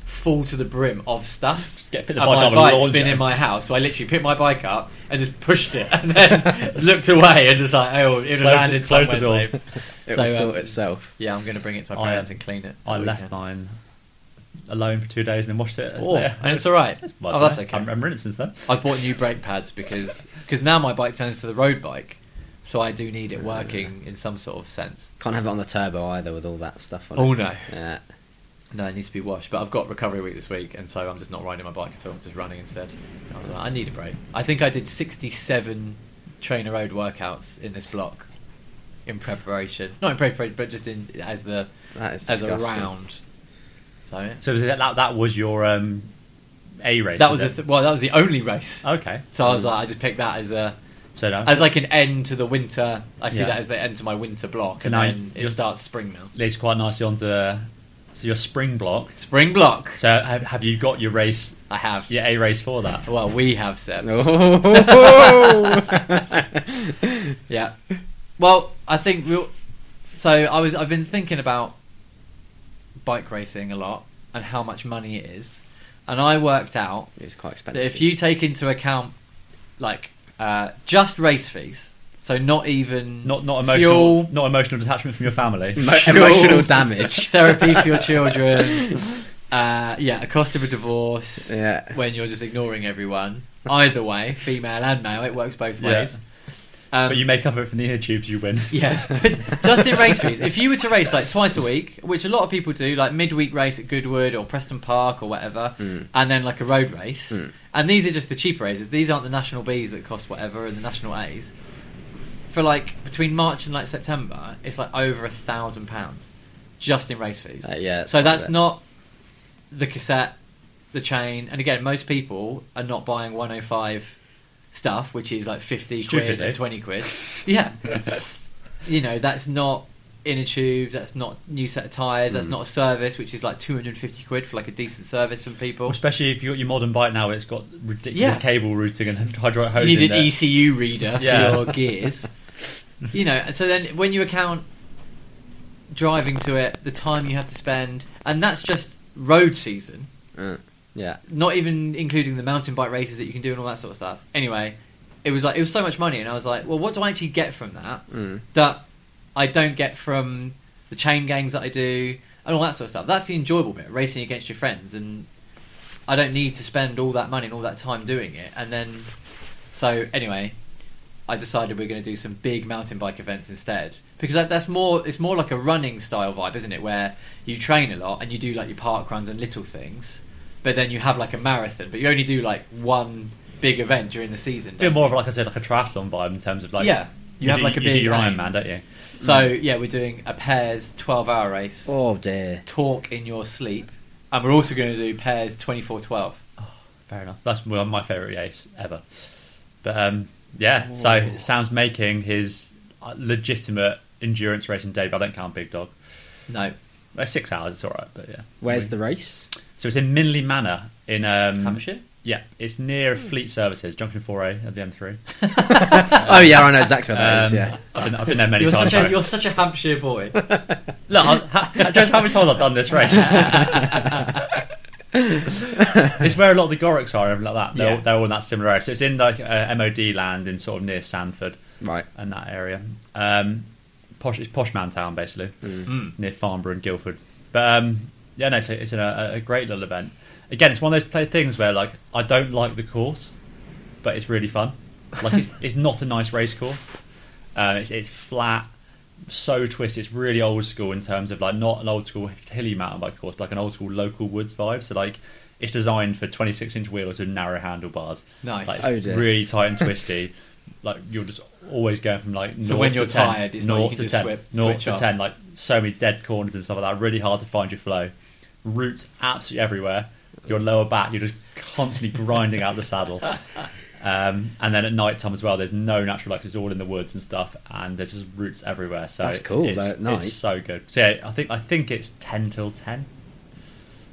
A: full to the brim of stuff.
C: Just get pick the
A: and
C: bike
A: my
C: up and
A: bike's
C: launch
A: been
C: it.
A: in my house, so I literally picked my bike up and just pushed it, and then [laughs] looked away and just like, oh, it
C: Close the-
A: landed
C: close the
A: somewhere
C: door.
A: safe.
B: it
A: So,
B: will
A: um,
B: sort itself.
A: Yeah, I'm going to bring it to my
C: I-
A: parents and clean it.
C: I
A: that
C: left
A: weekend.
C: mine alone for two days and then washed it. [laughs]
A: Oh,
C: Yeah.
A: and it's all right.
C: That's
A: Oh, that's okay.
C: I haven't ridden it since then.
A: I've
C: [laughs]
A: bought new brake pads because cause now my bike turns to the road bike, so I do need it working in some sort of sense.
B: Can't have it on the turbo either with all that stuff on
A: Oh
B: it.
A: no,
B: Yeah.
A: no, it needs to be washed. But I've got recovery week this week, and so I'm just not riding my bike at all. I'm just running instead. I was like, I need a break. I think I did 67 trainer road workouts in this block in preparation, not in preparation, but just in as the
B: That is
A: as a
B: disgusting.
A: round. So yeah.
C: So was it- that that was your um, A race.
A: that was
C: it?
A: the th- well, that was the only race.
C: okay.
A: So I was like, I just picked that as a
C: So no,
A: as like an end to the winter. I see
C: Yeah.
A: that as the end to my winter block,
C: So
A: and
C: now
A: then it
C: you're-
A: starts spring now.
C: leads quite nicely onto So your spring block.
A: Spring block.
C: So have, have you got your race,
A: I have.
C: your A race for that?
A: Well, we have Seb.
B: Oh.
A: Yeah. Well, I think we'll. So I was. I've been thinking about bike racing a lot and how much money it is, and I worked out
B: [laughs] it's quite expensive.
A: that if you take into account like uh, just race fees, so not even
C: Not not emotional,
A: fuel,
C: not emotional detachment from your family.
B: Emo- emotional damage.
A: [laughs] therapy for your children. Uh, yeah, a cost of a divorce.
B: Yeah.
A: When you're just ignoring everyone, either way, female and male, it works both
C: Yeah.
A: ways. Um,
C: but you make up for it from the ear tubes. You win.
A: [laughs]
C: [laughs]
A: Yeah, but just in race fees. If you were to race like twice a week, which a lot of people do, like midweek race at Goodwood or Preston Park or whatever,
B: Mm.
A: and then like a road race,
B: Mm.
A: and these are just the cheaper races. These aren't the national Bs that cost whatever and the national As. For like between March and like September, it's like over a thousand pounds just in race fees.
B: Uh, yeah, that's
A: so
B: quite a
A: that's
B: bit.
A: not the cassette, the chain, and again, most people are not buying 105 stuff, which is like 50 quid
C: Stupid, eh?
A: and 20 quid. Yeah. you know, that's not inner tubes, that's not new set of tyres,
C: Mm.
A: that's not a service, which is like 250 quid for like a decent service from people.
C: Especially if you got your modern bike now, it's got ridiculous
A: Yeah.
C: cable routing and hydraulic
A: You
C: hose.
A: need
C: in
A: an
C: there.
A: ECU reader for
C: Yeah. [laughs]
A: your gears. you know, and so then when you account driving to it, the time you have to spend, and that's just road season.
B: Uh, yeah.
A: not even including the mountain bike races that you can do and all that sort of stuff. Anyway, it was like it was so much money, and I was like, well, what do I actually get from that
B: Mm.
A: that I don't get from the chain gangs that I do and all that sort of stuff? That's the enjoyable bit, racing against your friends, and I don't need to spend all that money and all that time doing it. And then, so anyway, I decided we're going to do some big mountain bike events instead because that, that's more it's more like a running style vibe, isn't it? Where you train a lot and you do like your park runs and little things, but then you have like a marathon, but you only do like one big event during the season.
C: A
A: don't
C: bit more of like I said, like a triathlon vibe in terms of like
A: Yeah. You have
C: do,
A: like a
C: you do
A: big
C: your
A: aim.
C: Iron Man, don't you?
A: you? So yeah, we're doing a pairs twelve hour race,
B: Oh dear.
A: talk in your sleep, and we're also going to do pairs 24-12.
C: Fair enough. That's one of my favourite race ever. But um, yeah, so Sam's making his uh, legitimate endurance racing debut. I don't count Big Dog.
A: No,
C: Like six hours, it's all right. But yeah,
B: Where's the race?
C: so it's in Minley Manor in um,
A: Hampshire. Hmm.
C: Yeah, it's near Fleet Services, Junction 4A of the M3.
A: Um,
B: oh yeah, I know exactly what that is.
C: Um,
B: Yeah.
C: I've been, I've been there many
A: You're
C: times.
A: such, a,
C: right?
A: you're such a Hampshire boy.
C: Look, I- ha- just how many times I've done this race. it's where a lot of the Gorics are, and everything like that. They're,
A: Yeah.
C: all- they're all in that similar area. So it's in like uh, MOD land, in sort of near Sanford
B: Right.
C: and that area. Um, posh, it's posh man town basically,
A: Hmm.
C: near Farnborough and Guildford. But um, yeah, no, it's, a, it's a, a great little event. Again, it's one of those pla- things where like I don't like the course, but it's really fun. Like it's, it's not a nice race course. Um, it's, it's flat, so twisted. It's really old school in terms of like not an old school hilly mountain bike course, like an old school local woods vibe. So like it's designed for 26 inch wheels with narrow handlebars.
A: Nice.
C: Like,
B: Oh, dear.
C: really tight and twisty. [laughs] like you're just always going from like
A: So
C: nought
A: when
C: to
A: you're
C: 10,
A: tired, it's like
C: nought
A: you can
C: to
A: just
C: 10,
A: swip-
C: nought
A: switch
C: to
A: off.
C: 10, like so many dead corners and stuff like that. Really hard to find your flow. Roots absolutely everywhere. Your lower back, you're just constantly grinding out
A: [laughs]
C: the saddle. Um, and then at night time as well, there's no natural light. 'cause It's all in the woods and stuff, and there's just roots everywhere. So
B: That's cool,
C: It's,
B: though, at night.
C: it's so good. So yeah, I think I think it's ten till ten.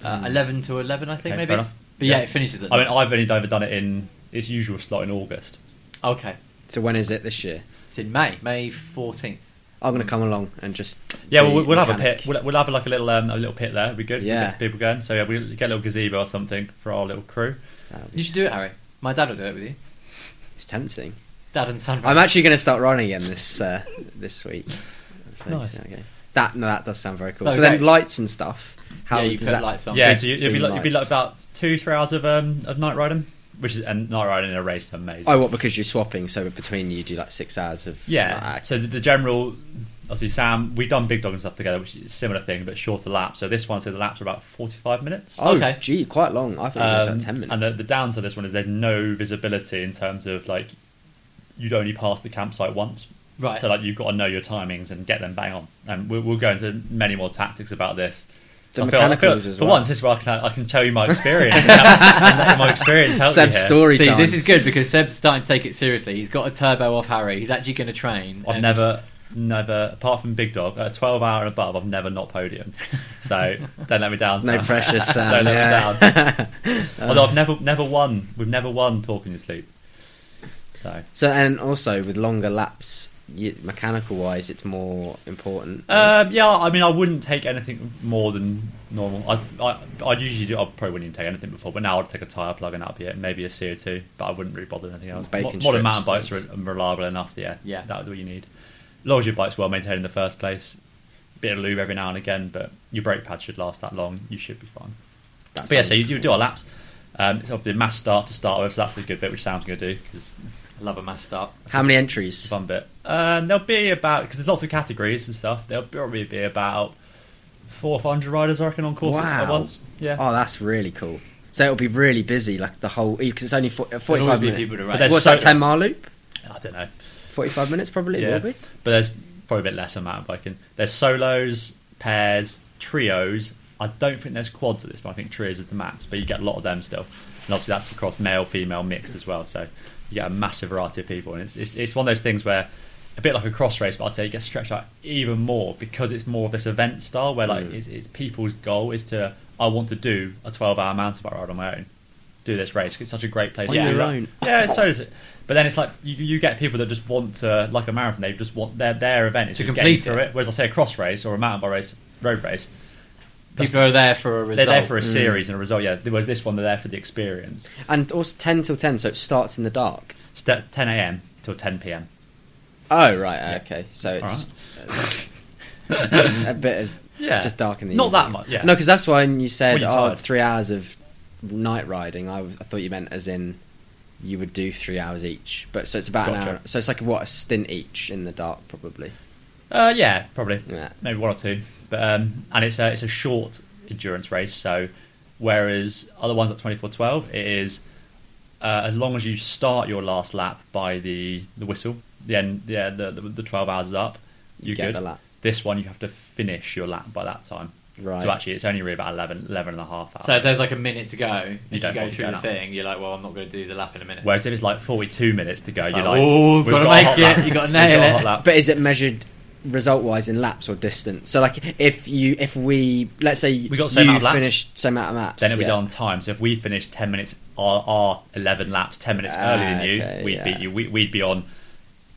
A: Uh, 11 to 11, I think,
C: Hmm. Okay,
A: maybe.
C: fair enough.
A: But yeah.
C: Yeah.
A: it finishes at
C: I mean,
A: nine.
C: I've only ever done it in its usual slot in August.
A: Okay.
B: So when is it this year?
A: It's in May, May 14th.
B: I'm gonna come along and just.
C: Yeah,
B: be
C: well, we'll have a
B: mechanic.
C: pit. We'll, we'll have like a little um, a little pit there. It'll be good. We'll
B: Yeah.
C: get some people going. So yeah, we'll get a little gazebo or something for our little crew.
B: That'll be-
A: You should do it, Harry. My dad will do it with you.
B: It's tempting.
A: Dad and Sandra.
B: I'm actually going to start running again this uh, this week. So,
C: Nice.
B: so, okay. That no, that does sound very cool.
A: No,
B: so
A: great.
B: then lights and stuff. How
A: yeah, you
B: does
A: put
B: that?
A: lights on.
C: yeah,
B: Oh, big
C: so you, it'll be
B: beam
C: like, it'll be like
B: lights.
C: about two three hours of um of night riding, which is and night riding in a race is amazing.
B: Oh, what? Because you're swapping, so between you do like six hours of
C: Yeah.
B: like,
C: So the, the general, obviously, Sam, we've done big dog and stuff together, which is a similar thing, but shorter lap. So this one, so the laps are about forty-five minutes.
B: oh,
A: okay.
B: gee, quite long. I thought it was
C: Um,
B: like ten minutes.
C: And the, the downside of this one is there's no visibility in terms of like you'd only pass the campsite once.
A: Right.
C: So like you've got to know your timings and get them bang on. And we'll, we'll go into many more tactics about this.
B: The
C: I feel- I feel-
B: mechanicals as
C: For
B: well.
C: once, this is where I can, I can tell you
B: [laughs]
C: my experience. and let my experience help
B: Seb's
C: you here.
B: story
A: See,
B: time.
A: this is good because Seb's starting to take it seriously. He's got a turbo off Harry. He's actually going to train.
C: I've
A: and
C: never never, apart from Big Dog, at 12 hour and above, I've never not podiumed. [laughs] So don't let me down. [laughs]
B: No
C: Sam.
B: pressure, Sam.
C: Don't let me down.
B: yeah. [laughs]
C: Although I've never, never won. We've never won talking your sleep. So
B: so and also with longer laps, you, mechanical wise, it's more important.
C: um, yeah, I mean, I wouldn't take anything more than normal. I, I, I'd usually do. I probably wouldn't take anything before, but now I'd take a tire plug and that'd be it. Maybe a CO two, but I wouldn't really bother with anything else.
B: Bacon
C: Modern
B: strips,
C: mountain bikes
B: things.
C: are reliable enough. Yeah,
A: Yeah.
C: that's what you need. As long as your bike's well maintained in the first place, bit of lube every now and again, but your brake pad should last that long. You should be fine.
B: That
C: But yeah,
B: sounds
C: so you, you do our laps. Um, it's obviously a mass start to start with, so that's the good bit, which Sam's going to do because
A: I love a mass start.
B: How many entries?
C: fun bit. Um, there'll be about because there's lots of categories and stuff. There'll probably be about four or five hundred riders, I reckon, on course at
B: Wow.
C: once. Yeah,
B: Oh, that's really cool. So it'll be really busy, like the whole because it's only for,
A: There'll
B: forty-five
A: always be
B: minutes.
A: people to
C: But there's
A: race.
B: What's
C: so-
B: that ten mile loop?
C: I don't know,
B: Forty-five minutes probably.
C: Yeah.
B: It will be.
C: but there's probably a bit less on mountain biking. There's solos, pairs, trios. I don't think there's quads at this point. I think trios is the max, but you get a lot of them still. And obviously that's across male, female, mixed as well. So you get a massive variety of people, and it's it's, it's one of those things where. A bit like a cross race, but I'd say it gets stretched out even more because it's more of this event style where like
B: Mm.
C: it's, it's people's goal is to I want to do a twelve hour mountain bike ride on my own, do this race. It's such a great place
B: On
C: to do
B: your
C: that.
B: own.
C: Yeah, so does it. But then it's like you, you get people that just want to, like a marathon, they just want their their event is
A: To
C: just getting
A: complete
C: through
A: it.
C: it. Whereas I say a cross race or a mountain bike race, road race,
A: People are there for a result. Mm.
C: they're there for a series and a result. Yeah, whereas this one, they're there for the experience.
B: And also ten till ten, so it starts in the dark.
C: It's at 10 a.m. till 10 p.m.
B: Oh right, okay. So it's a bit of
C: [laughs] Yeah,
B: just dark in the
C: Not
B: evening.
C: that much. Yeah,
B: No, because that's when you said
C: When you're
B: oh,
C: tired.
B: three hours of night riding. I, was- I thought you meant as in you would do three hours each, but so it's about
C: Gotcha.
B: an hour. So it's like what a stint each in the dark, probably.
C: Uh, yeah, probably.
B: Yeah.
C: Maybe one or two. But um, and it's a it's a short endurance race. So whereas other ones at twenty four twelve, it is uh, as long as you start your last lap by the the whistle, the end, yeah, the the, the twelve hours is up.
B: You
C: You
B: get
C: good.
B: the lap.
C: This one you have to finish your lap by that time.
B: Right.
C: So actually, it's only really about 11, 11 and a half hours.
A: So if there's like a minute to go, and you,
C: don't
A: go
C: want to
A: through
C: go
A: the
C: now.
A: thing. You're like, well, I'm not going to do the lap in a minute.
C: Whereas if it's like forty two minutes to go,
A: It's
C: you're
A: like,
C: like,
A: "Oh,
C: we've
A: gotta
C: got a
A: make
C: hot
A: it.
C: lap.
A: You gotta
C: [laughs] We've
A: nail
C: a
A: it."
C: hot lap.
B: But is it measured result wise in laps or distance? So like if you if we let's say
C: We got the same
B: you
C: amount of laps.
B: finished same amount of laps,
C: then it'll be
B: yeah.
C: done on time. So if we finished 10 minutes, our, our 11 laps, 10 minutes
B: Ah,
C: earlier than you,
B: okay,
C: we'd
B: yeah.
C: beat you. We, we'd be on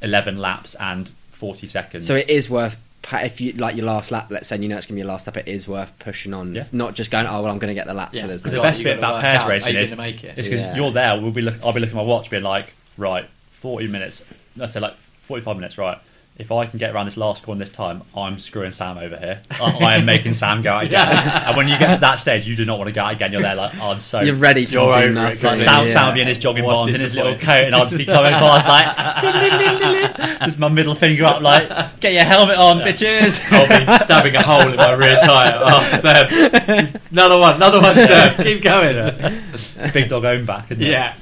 C: 11 laps and 40 seconds.
B: So it is worth pa- if you like your last lap. Let's say and you know it's gonna be your last lap. It is worth pushing on.
C: Yeah.
B: Not just going. Oh well, I'm gonna get the lap.
A: Yeah.
B: So there's
C: Because
B: no
C: the
A: Like,
C: best
A: you
C: bit
A: gotta
C: about
A: work
C: pairs
A: out how
C: racing
A: you're
C: is,
A: gonna make it.
C: it's because
B: Yeah.
C: you're there. We'll be look, I'll be looking at my watch, being like, right, 40 minutes. Let's say like 45 minutes, right? If I can get around this last corner this time, I'm screwing Sam over here. I, I am making Sam go out
B: [laughs]
C: again. And when you get to that stage, you do not want to go out again. You're there like, "Oh, I'm so
B: You're ready to
A: You're
B: do
A: over it,
B: nothing.
A: can't
C: Like
A: Yeah.
C: Sam,
A: you?
C: Sam would be in his jogging
A: What
C: bottoms
A: is
C: in
A: the
C: his little
A: point?
C: coat, and I'd just be coming past
A: [laughs]
C: like, just my middle finger up, like, get your helmet on, bitches.
A: [laughs] I'll be stabbing a hole in my rear tyre. Oh, Seb. Oh, Another one, another
C: [laughs]
A: one, Seb. Keep going.
C: Big dog own back, isn't it?
A: Yeah.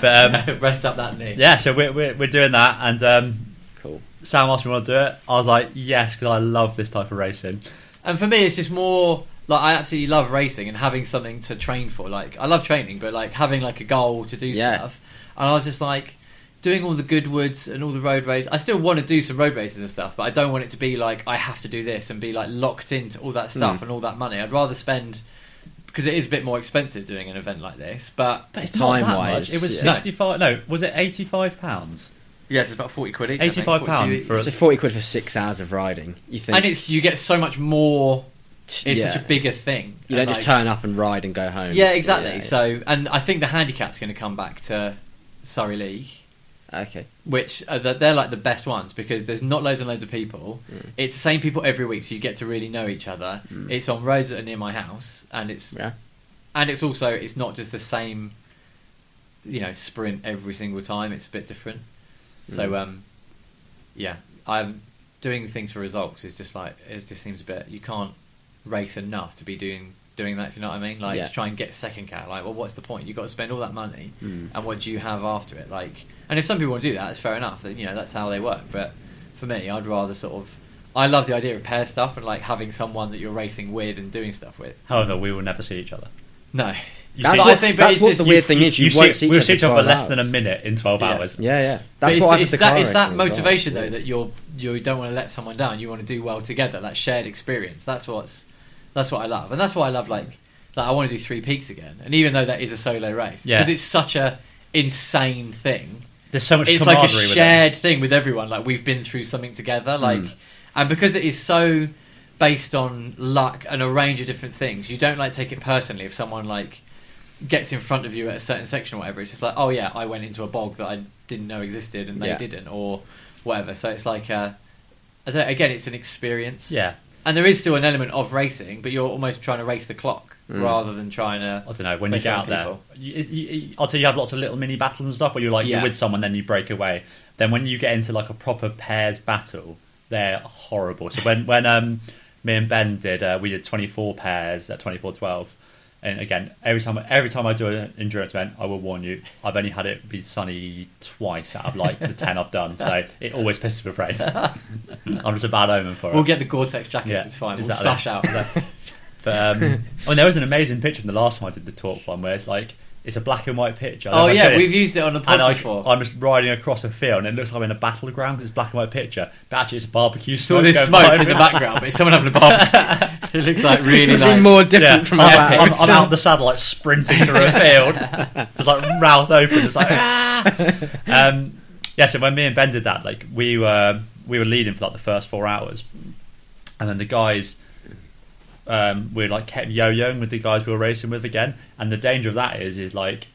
C: But um,
A: [laughs] Rest up that knee.
C: yeah, so we're, we're we're doing that, and um,
B: cool.
C: Sam asked me want to do it. I was like, yes, because I love this type of racing.
A: And for me, it's just more like I absolutely love racing and having something to train for. Like I love training, but like having like a goal to do
B: Yeah.
A: stuff. And I was just like doing all the good woods and all the road races. I still want to do some road races and stuff, but I don't want it to be like I have to do this and be like locked into all that stuff
B: Mm.
A: and all that money. I'd rather spend because it is a bit more expensive doing an event like this. But
C: But it's
B: Time
C: not that
B: wise,
C: much. It was
A: yeah.
C: sixty-five. No, was it eighty-five pounds?
A: yes, it's about forty quid each. I think,
C: 85
A: 42
C: pound
A: each.
C: for a-
B: So forty quid for six hours of riding. You think?
A: and it's you get so much more. It's
B: yeah.
A: such a bigger thing.
B: You don't
A: And,
B: just
A: like,
B: turn up and ride and go home.
A: Yeah, exactly.
B: Yeah,
A: So, and I think the handicap's going to come back to Surrey League,
B: yeah. okay.
A: which are the, they're like the best ones because there's not loads and loads of people.
B: Mm.
A: It's the same people every week, so you get to really know each other. It's on roads that are near my house, and it's
B: Yeah.
A: and it's also it's not just the same, you know, sprint every single time. It's a bit different. So, um, yeah, I'm doing things for results. Is just like it just seems a bit you can't race enough to be doing doing that. If you know what I mean, like
B: Yeah.
A: to try and get second cat. Like, well, what's the point? You have got to spend all that money, and what do you have after it? Like, and if some people want to do that, it's fair enough. That you know that's how they work. But for me, I'd rather sort of. I love the idea of pair stuff and like having someone that you're racing with and doing stuff with.
C: However, we will never see each other.
A: No,
C: You
B: That's
C: see-
A: But
B: what,
A: I think- but
B: that's
A: it's
B: what
A: just-
B: the
A: you-
B: weird thing is. You,
C: You
B: won't see
C: we'll see
B: each other
C: for
B: for
C: less than a
B: 12 hours.
C: minute in 12
A: Yeah.
C: hours.
B: Yeah, yeah.
A: But
B: That's
A: it's,
B: what
A: it's
B: I have the
A: that,
B: car
A: it's that
B: racing as well.
A: motivation though that you're you don't want to let someone down. You want to do well together. That shared experience. That's what's that's what I love, and that's why I love like like I want to do Three Peaks again. And even though that is a solo race,
C: Yeah.
A: because it's such a insane thing.
C: There's so much
A: It's like a
C: camaraderie with Hmm. it.
A: shared thing with everyone. Like we've been through something together. Like and because it is so based on luck and a range of different things, you don't like take it personally if someone like gets in front of you at a certain section or whatever, it's just like, oh yeah, I went into a bog that I didn't know existed and they
B: Yeah.
A: didn't or whatever. So it's like, uh, I don't, again, it's an experience.
C: Yeah.
A: And there is still an element of racing, but you're almost trying to race the clock
C: Hmm.
A: rather than trying to.
C: I don't know. When you
A: Based
C: get
A: on
C: out there,
A: people.
C: you, you, you- I'll tell you, you have lots of little mini battles and stuff where you're like
A: Yeah.
C: you're with someone, then you break away. Then when you get into like a proper pairs battle, they're horrible. So when when um me and Ben did, uh, we did 24 pairs at 24-12. And again, every time every time I do an endurance event, I will warn you. I've only had it be sunny twice out of like the ten I've done, so it always pisses me rain. [laughs] I'm just a bad omen for it.
A: We'll get the Gore-Tex jackets. it's fine.
C: exactly.
A: We'll
C: [laughs]
A: splash out.
C: But, um, I mean, there was an amazing picture from the last time I did the talk one where it's like it's a black and white picture. I don't
A: oh
C: know if I
A: yeah,
C: said it.
A: we've used it on the pod
C: and I,
A: before.
C: I'm just riding across a field, and it looks like I'm in a battleground because it's black and white picture. But actually, it's a barbecue
A: it's all
C: smoke.
A: this
C: going
A: smoke
C: by.
A: in the background, but it's someone having a
C: [laughs]
A: barbecue. it looks like really
B: It's
A: like
B: more
C: Yeah,
B: different from our
C: I'm, I'm,
B: back.
C: I'm out the saddle, like sprinting through a
B: [laughs]
C: field, just like mouth open, just like ah. Um, yeah, so when me and Ben did that, like we were we were leading for like the first four hours, and then the guys um, we like kept yo-yoing with the guys we were racing with again, and the danger of that is is like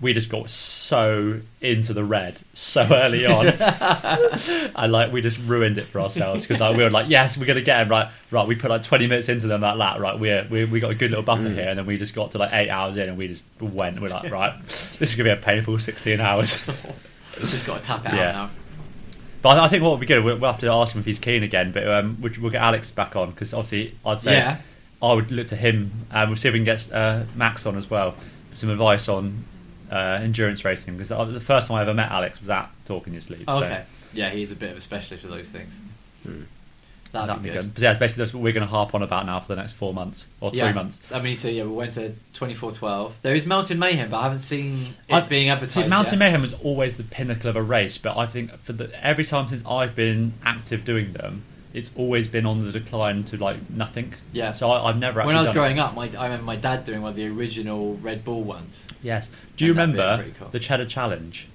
C: we just got so into the red so early on,
B: [laughs]
C: and like we just ruined it for ourselves because like we were like, yes, we're gonna get him right, right. We put like twenty minutes into them that lap, right? We we we got a good little buffer
A: Mm.
C: here, and then we just got to like eight hours in, and we just went. We're like, right, this is gonna be a painful sixteen hours. [laughs]
A: just got to tap it
C: Yeah.
A: out now.
C: But I I think what would be good, we'll we'll have to ask him if he's keen again. But um, we'll, we'll get Alex back on because obviously I'd say
A: Yeah.
C: I would look to him. and we'll see if we can get uh, Max on as well. Some advice on uh, endurance racing because the first time I ever met Alex was at Talking Your Sleep.
A: Oh,
C: so Hmm.
A: okay. Yeah, he's a bit of a specialist with those things. That'd,
C: that'd
A: be, good.
C: But yeah, basically that's what we're going to harp on about now for the next four months or three
A: yeah.
C: months.
A: I mean, so yeah, we went to twenty four twelve. There is Mountain Mayhem, but I haven't seen it
C: I-
A: being advertised.
C: See, Mountain
A: yet.
C: Mayhem was always the pinnacle of a race, but I think for the every time since I've been active doing them, it's always been on the decline to like nothing.
A: Yeah.
C: So I, I've never.
A: When
C: actually
A: I was
C: done it.
A: growing up, my, I remember my dad doing one of the original Red Bull ones.
C: Yes. Do you
A: And that'd be
C: remember
A: pretty cool.
C: the Cheddar Challenge?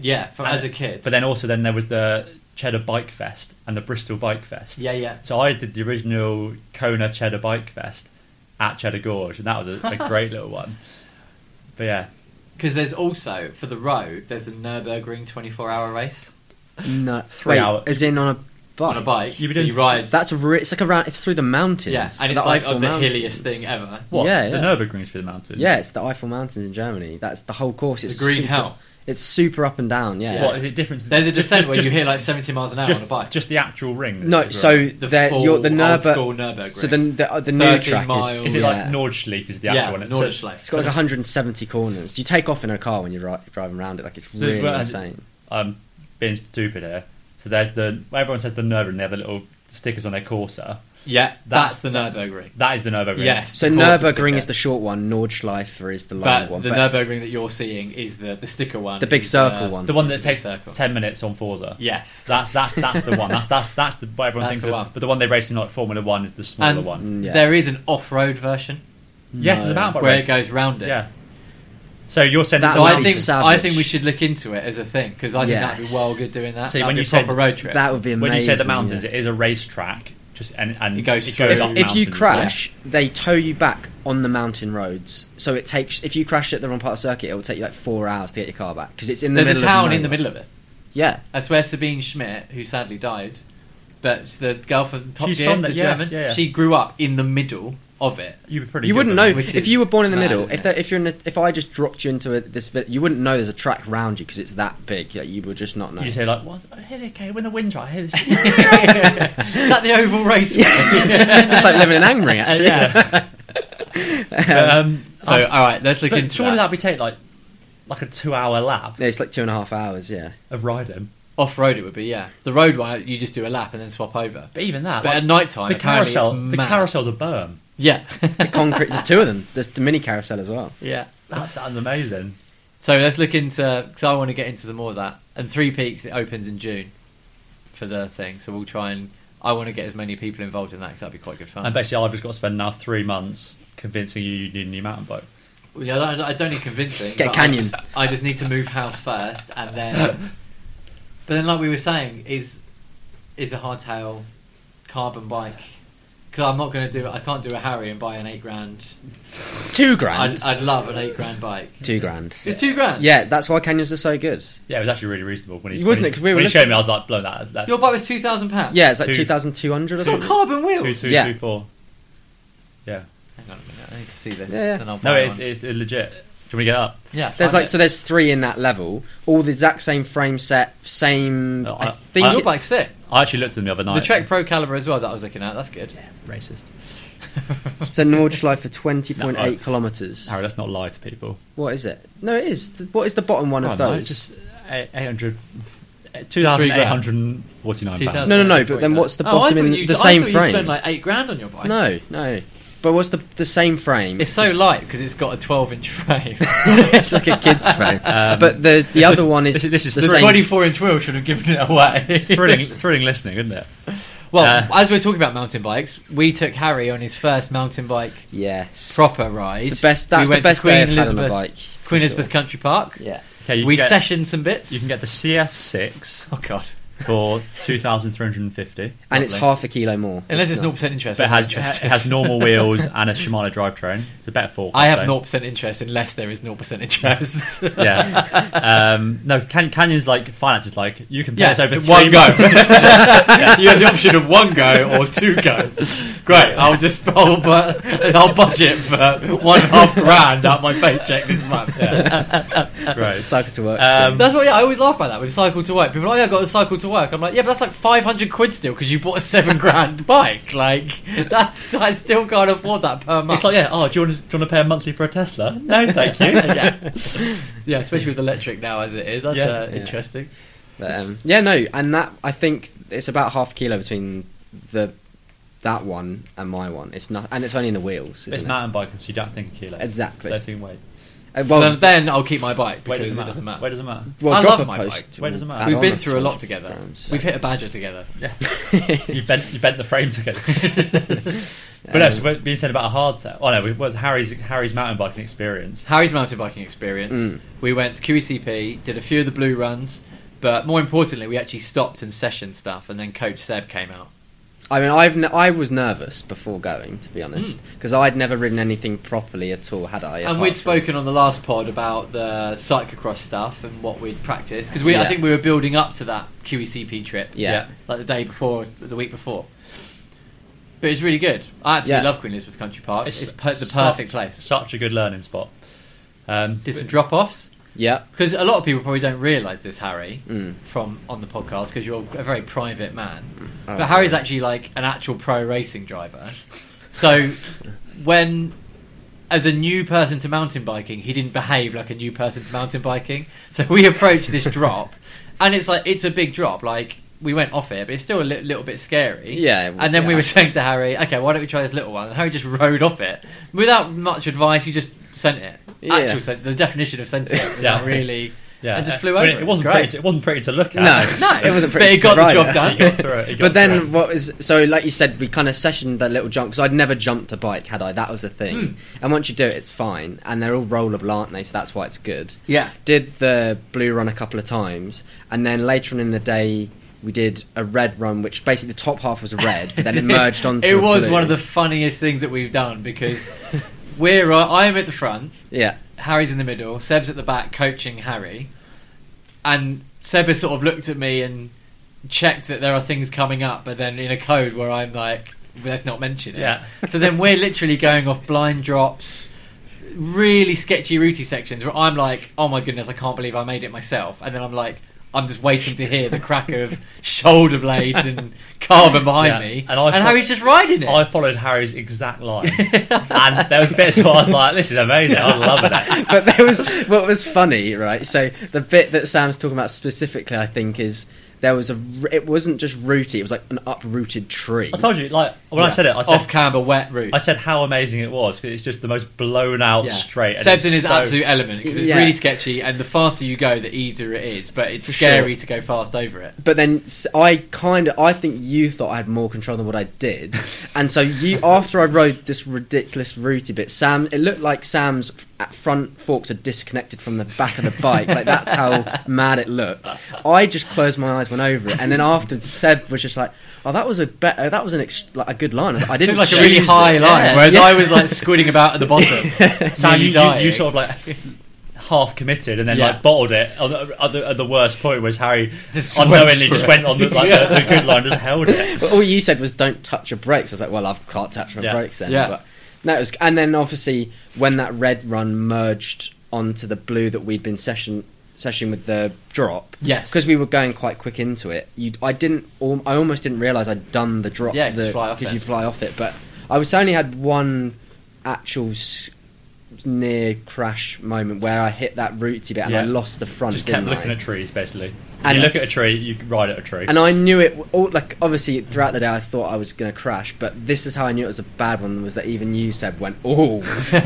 A: Yeah, from
C: And-
A: as a kid.
C: But then also then there was the Cheddar Bike Fest and the Bristol Bike Fest.
A: yeah, yeah.
C: So I did the original Kona Cheddar Bike Fest at Cheddar Gorge, and that
A: [laughs]
C: was a, a great little one. But yeah,
A: Because there's also for the road, there's the Nurburgring twenty four hour race
B: No,
C: Three
B: wait,
C: hour-
B: As in on a bike.
A: on a bike.
C: You've
A: so
C: been
A: you
C: doing-
A: ride.
B: That's a re- it's like around. It's through the mountains.
A: yeah, and
B: the
A: it's like
B: Eiffel
A: on the
B: mountains.
A: hilliest thing ever.
C: what?
B: Yeah,
C: the
B: yeah.
C: Nurburgring's through the mountains.
B: Yeah, it's the Eiffel Mountains in Germany. That's the whole course.
A: The
B: It's
A: Green
B: super,
A: Hell.
B: It's super up and down. Yeah.
C: What is it different? to-
A: There's a
C: just-
A: descent
C: just-
A: where
C: just-
A: you hear like seventy miles an hour
C: just,
A: on a bike.
C: Just the actual ring. that's
B: No,
C: over
B: so
C: it.
A: The
B: the
A: full
B: you're the
A: old
B: Nurber,
A: school Nürburgring.
B: So the the, uh, the Nürburgring
A: 13
B: track
A: miles.
C: is it like
B: yeah.
C: Nordschleife is the actual one?
A: yeah,
C: It's-
A: Nordschleife.
B: It's got like 170 corners. You take off in a car when you're ri- driving around it. Like it's
C: So,
B: really
A: uh,
C: well,
B: insane.
C: I'm um, being stupid here. So there's the everyone says the Nurburgring. They have the little stickers on their Corsa.
A: Yeah, that's,
C: That's-
A: the Nurburgring.
C: That is the Nurburgring.
A: Yes.
B: So
A: of course it's
B: Nürburgring
A: the-
B: is the short one. Nordschleifer is the long
A: But
B: one.
A: the
B: but
A: Nurburgring that you're seeing is the, the sticker one,
B: The big
A: is uh,
B: circle one.
C: The one that
A: Big
C: takes
A: circle.
C: ten minutes on Forza.
A: Yes,
C: That's that's that's the one. That's that's that's the what everyone
A: That's
C: thinks
A: the
C: of.
A: one.
C: But the one they race in like Formula One is the smaller
A: And-
C: one.
B: Mm, yeah.
A: there is an off-road version
C: Yes, there's a
B: No.
C: mountain bike
A: where
C: race.
A: it goes round it.
C: Yeah. So you're saying
B: That
C: so
A: So
B: would
A: I
B: be
A: think
B: savage.
A: I think we should look into it as a thing because I think that'd
B: Yes.
A: be well good doing that.
C: So
A: That'd
C: when
A: be
C: you
A: a proper
C: said-
A: road trip,
B: that would be amazing.
C: when you say the mountains,
B: yeah.
C: it is a racetrack. Just and and
A: It goes
C: it
A: through.
C: goes
A: If-
C: up
A: if
B: if you
C: mountains.
B: crash, they tow you back on the mountain roads. So it takes if you crash at the wrong part of the circuit, it will take you like four hours to get your car back because it's in the
A: there's a
B: middle.
A: town
B: of
A: in the
B: nowhere.
A: middle of it.
B: Yeah,
A: That's where Sabine Schmidt, who sadly died, but the girl from Top
C: She's
A: Gear,
C: from
A: the
C: the- yes,
A: German,
C: yeah, yeah.
A: she grew up in the middle of it.
C: You'd be pretty.
B: you
C: good
B: wouldn't
C: with
B: know
C: it.
A: which
B: if
A: is
B: you were born in the
A: mad,
B: middle.
A: isn't
B: If
A: it?
B: there, if you're in a, if I just dropped you into a, this, vi- you wouldn't know there's a track round you because it's that big. Like, you would just not
C: [laughs]
B: know.
C: You say like, "What? I hear they came when the wind's right. I hear this."
A: Is that the oval race? [laughs]
B: it's like living in
C: [laughs]
B: Angmering actually.
C: yeah. But, um,
A: So all right, let's look
C: but
A: into
C: surely
A: that.
C: that would take like like a two-hour lap
B: [laughs] No, it's like two and a half hours. Yeah,
C: of riding.
A: Off road, it would be yeah. The road one, you just do a lap and then swap over.
C: But even that,
A: But
C: like,
A: at night time,
C: the
A: apparently
C: carousel,
A: it's
C: the
A: mad.
C: carousel's a berm. [laughs]
A: Yeah.
B: The concrete. there's two of them. There's the mini carousel as well.
A: yeah.
C: That sounds amazing.
A: So let's look into because I want to get into some more of that. And Three Peaks it opens in June for the thing, so we'll try and I want to get as many people involved in that because that'd be quite good fun.
C: And basically, I've just got to spend now three months convincing you you need a new mountain bike.
A: Well, yeah, I don't, I don't need convincing.
B: Get a
A: but
B: canyon.
A: I just, I just need to move house first, and
B: [laughs]
A: then. but then, like we were saying, is is a hardtail carbon bike? Because I'm not going to do it. I can't do a Harry and buy an eight grand.
B: Two grand.
A: I'd, I'd love an eight grand bike.
B: two grand.
A: It's two grand.
B: Yeah, that's why canyons are so good.
C: Yeah, it was actually really reasonable when he when
B: Wasn't it?
C: he-
B: 'Cause we were
C: when he
B: looking-
C: showed me, I was like, blow that. That's
A: Your bike was two thousand pounds.
B: Yeah, it's like
C: Two-
B: two thousand two hundred or
A: It's got
B: something.
A: carbon wheels.
C: two, two,
B: Yeah.
C: two, four. Yeah.
A: Hang on a minute. I need to see this.
B: Yeah, yeah.
A: Then I'll
C: No,
A: buy
C: it's,
A: one.
C: it's legit. Do we get it up?
A: yeah.
B: There's
A: find
B: like
A: it.
B: so. There's three in that level, all the exact same frame set, same.
C: Oh,
B: I,
C: I-
B: think
C: I-
A: your
B: it's,
A: bike's sick.
C: I actually looked at them the other night.
A: The Trek Pro Caliber as well that I was looking at. That's good.
C: Racist.
B: so Nordschleife for twenty point
C: No, I-
B: eight kilometers.
C: Harry, let's not lie to people.
B: What is it? No, it is. Th- What is the bottom one
C: Right,
B: of
C: no,
B: those?
C: just eight- 800
A: Two
C: 2,849
A: thousand-
C: pounds.
B: No, no, no. But then what's the bottom
A: oh, I
B: in
A: thought you,
B: the
A: I
B: same
A: thought
B: frame?
A: You spent like eight grand on your bike.
B: no, no. But what's the the same frame?
A: It's so
B: Just-
A: light because it's got a 12 inch frame.
B: [laughs] it's like a kid's frame. but the the other one is
C: this is- this is
B: the
A: the
B: same.
A: 24 inch wheel should have given it away. [laughs]
C: thrilling, thrilling listening, isn't it?
A: well,
C: Uh,
A: as we're talking about mountain bikes, we took Harry on his first mountain bike
B: Yes,
A: proper ride.
B: The best.
A: We
B: That's the
A: went to
B: best day I've had
A: Elizabeth,
B: on a bike.
A: Queen
B: for
A: Elizabeth Country Park.
B: sure. Yeah.
C: Okay, you
A: we
C: can get,
A: sessioned some bits.
C: You can get the CF6
A: oh god.
C: for 2,350.
B: And it's
C: Lovely.
B: half a kilo more.
A: Unless it's
B: not-
A: 0% interest.
C: But it
A: I'm
C: has, it
A: interested.
C: has
A: [laughs]
C: normal wheels and a Shimano drivetrain. It's a better fork.
A: I
C: I'd
A: have
C: say.
A: 0% interest unless there is 0% interest.
C: [laughs] Yeah. Um, no, can, Canyon's like, finance is like, you can pay
A: Yeah,
C: us over three
A: one go.
C: months.
A: [laughs] You have the option of one go or two goes.
C: [laughs]
A: Great, I'll just [laughs] I'll, bu- I'll budget for uh, one and a half grand out my paycheck this month.
C: [laughs] Right.
B: cycle to work.
C: Um,
A: [laughs]
B: still.
A: That's why yeah, I always laugh about that with cycle to work. People are like, "Oh, yeah, I got to cycle to work. I'm like, yeah, but that's like 500 quid still because you bought a seven grand [laughs] bike. Like, that's I still can't afford that per month.
C: It's like, yeah, oh, do you, want to, do you want to pay a monthly for a Tesla? No, thank
A: [laughs]
C: you.
A: yeah. yeah, especially with electric now as it is. That's
C: Yeah.
A: uh,
B: Yeah.
A: interesting.
B: But, um, yeah, no, and that I think it's about half a kilo between the that one and my one. It's not, and it's only in the wheels. Isn't
C: It's
B: it?
C: mountain biking, so you don't think kilos.
B: Exactly.
C: Don't think weight.
B: Uh,
A: Well,
B: well,
A: then I'll keep my bike
C: Weight
A: because
C: doesn't
A: it
C: matter.
A: doesn't matter.
C: Weight doesn't matter.
B: well,
A: I
B: drop
A: love
B: a
A: my
B: post
A: bike.
C: Weight doesn't matter.
B: add
A: We've
B: on
A: been through a
B: 200
A: lot together.
B: grams.
A: We've hit a badger together.
C: Yeah. [laughs] you bent you bent the
A: [laughs]
C: frame together. but no,
B: Um,
C: so we're being said about a hardtail. Oh no, it was Harry's Harry's mountain biking experience.
A: Harry's mountain biking experience.
B: Mm.
A: We went to QECP, did a few of the blue runs, but more importantly, we actually stopped and sessioned stuff, and then Coach Seb came out.
B: [laughs] I mean, I've n- I was nervous before going, to be honest, because I'd never ridden anything properly at all, had I?
A: Hmm. and
B: apart
A: we'd
B: from-
A: spoken on the last pod about the cyclocross stuff and what we'd practiced because we, I
B: Yeah.
A: think, we were building up to that QECP trip.
B: Yeah.
A: like the day before, the week before. But it was really good. I actually
B: Yeah.
A: love Queen Elizabeth Country Park. It's, per- the
C: su-
A: perfect place.
C: Such a good learning spot. Um,
A: Did some drop offs
B: Yeah.
A: because a lot of people probably don't realise this, Harry.
B: Mm.
A: from on the podcast because you're a very private man.
B: Oh,
A: but Harry's
B: sorry.
A: actually like an actual pro racing driver. So when as a new person to mountain biking, he didn't behave like a new person to mountain biking. So we approached this drop and it's like it's a big drop like we went off it, but it's still a li- little bit scary.
B: Yeah,
A: And then we
B: yeah.
A: were saying to Harry, okay, why don't we try this little one? And Harry just rode off it without much advice. He just sent it.
B: Yeah.
A: Actual sen- the definition of sent it. Without really.
C: [laughs] yeah,
A: And just
C: uh,
A: flew
C: I mean,
A: over
C: It wasn't
A: Great.
C: pretty. To, it wasn't pretty to look at.
B: No.
A: No,
C: [laughs]
B: It wasn't
A: But
B: pretty
A: it got the
B: right,
A: job
B: yeah.
A: done.
C: You got through it. you got
B: But
C: through it.
B: then what was so like you said we kind of sessioned that little jump because I'd never jumped a bike had I that was the thing
A: Hmm.
B: and once you do it it's fine and they're all rollable aren't they so that's why it's good
A: Yeah.
B: did the blue run a couple of times and then later on in the day we did a red run which basically the top half was red but [laughs] then
A: [laughs]
B: it merged onto
A: It
B: a
A: was
B: blue.
A: one of the funniest things that we've done
B: [laughs]
A: because we're uh, I'm at the front,
B: yeah
A: Harry's in the middle, Seb's at the back coaching Harry, and Seb has sort of looked at me and checked that there are things coming up, but then in a code where I'm like, let's not mention it.
C: Yeah.
A: So then we're literally going off blind drops. Really sketchy rooty sections where I'm like, oh my goodness, I can't believe I made it myself. And then I'm like, I'm just waiting to hear the crack
C: [laughs]
A: of shoulder blades and carbon behind
C: Yeah.
A: me.
C: And
A: And,
C: I thought-
A: Harry's just riding it.
C: I followed Harry's
A: [laughs]
C: exact line, and there was bits where I was like, "This is amazing! I'm loving it."
B: but there was what was funny, right? So the bit that Sam's talking about specifically, I think, is there was a. r- It wasn't just rooty; it was like an uprooted tree.
C: I told you, like when I
B: Yeah.
C: said it, I said
A: Off camber wet route.
C: I said how amazing it was because it's just the most blown out
A: Yeah.
C: straight. and
A: Seb's in
C: it's
A: his
C: so-
A: absolute element because it's
B: Yeah.
A: really sketchy, and the faster you go, the easier it is. But it's
B: For
A: scary
B: sure.
A: to go fast over it.
B: But then s- I kind of I think you thought I had more control than what I
A: [laughs]
B: did, and so you after I rode this ridiculous rooty bit, Sam. It looked like Sam's f- at front forks are disconnected from the back of the bike. Like
A: [laughs]
B: that's how mad it looked. I just closed my eyes, went over it, and then afterwards Seb was just like, "Oh, that was a better, that was an ex- like a good line. I
A: It took
B: didn't
A: like a
B: choose
A: really
B: it."
A: high line,
B: Yeah.
A: whereas
B: Yeah.
A: I was like
B: [laughs]
A: squidding about at the bottom.
C: Sam,
A: nearly
C: you, you,
A: dying.
C: you sort of like half committed and then
A: Yeah.
C: like bottled it on the, at, the, at the worst point was Harry
A: Just went
C: unknowingly
A: for
C: just
A: it.
C: went on the, like,
A: [laughs] Yeah.
C: the, the good line, just held it.
B: But all you said was don't touch your brakes. I was like, well, I can't touch my
C: Yeah.
B: brakes then.
A: Yeah.
B: But no, it was, and then obviously when that red run merged onto the blue that we'd been session session with the drop.
A: Yes.
B: Because we were going quite quick into it. You, I didn't. Al- I almost didn't realise I'd done the drop.
A: Yeah, 'cause you fly off
B: because
A: it.
B: you fly off it. But I was only had one actual. S- near crash moment where I hit that rooty bit and I
C: Yeah.
B: lost the front.
C: Just kept
B: didn't I?
C: looking at trees basically.
B: And-
C: you look at a tree, you ride at a tree.
B: And I knew it. All, like obviously, throughout the day, I thought I was going to crash. But this is how I knew it was a bad one. Was that even you said went
A: [laughs]
B: oh,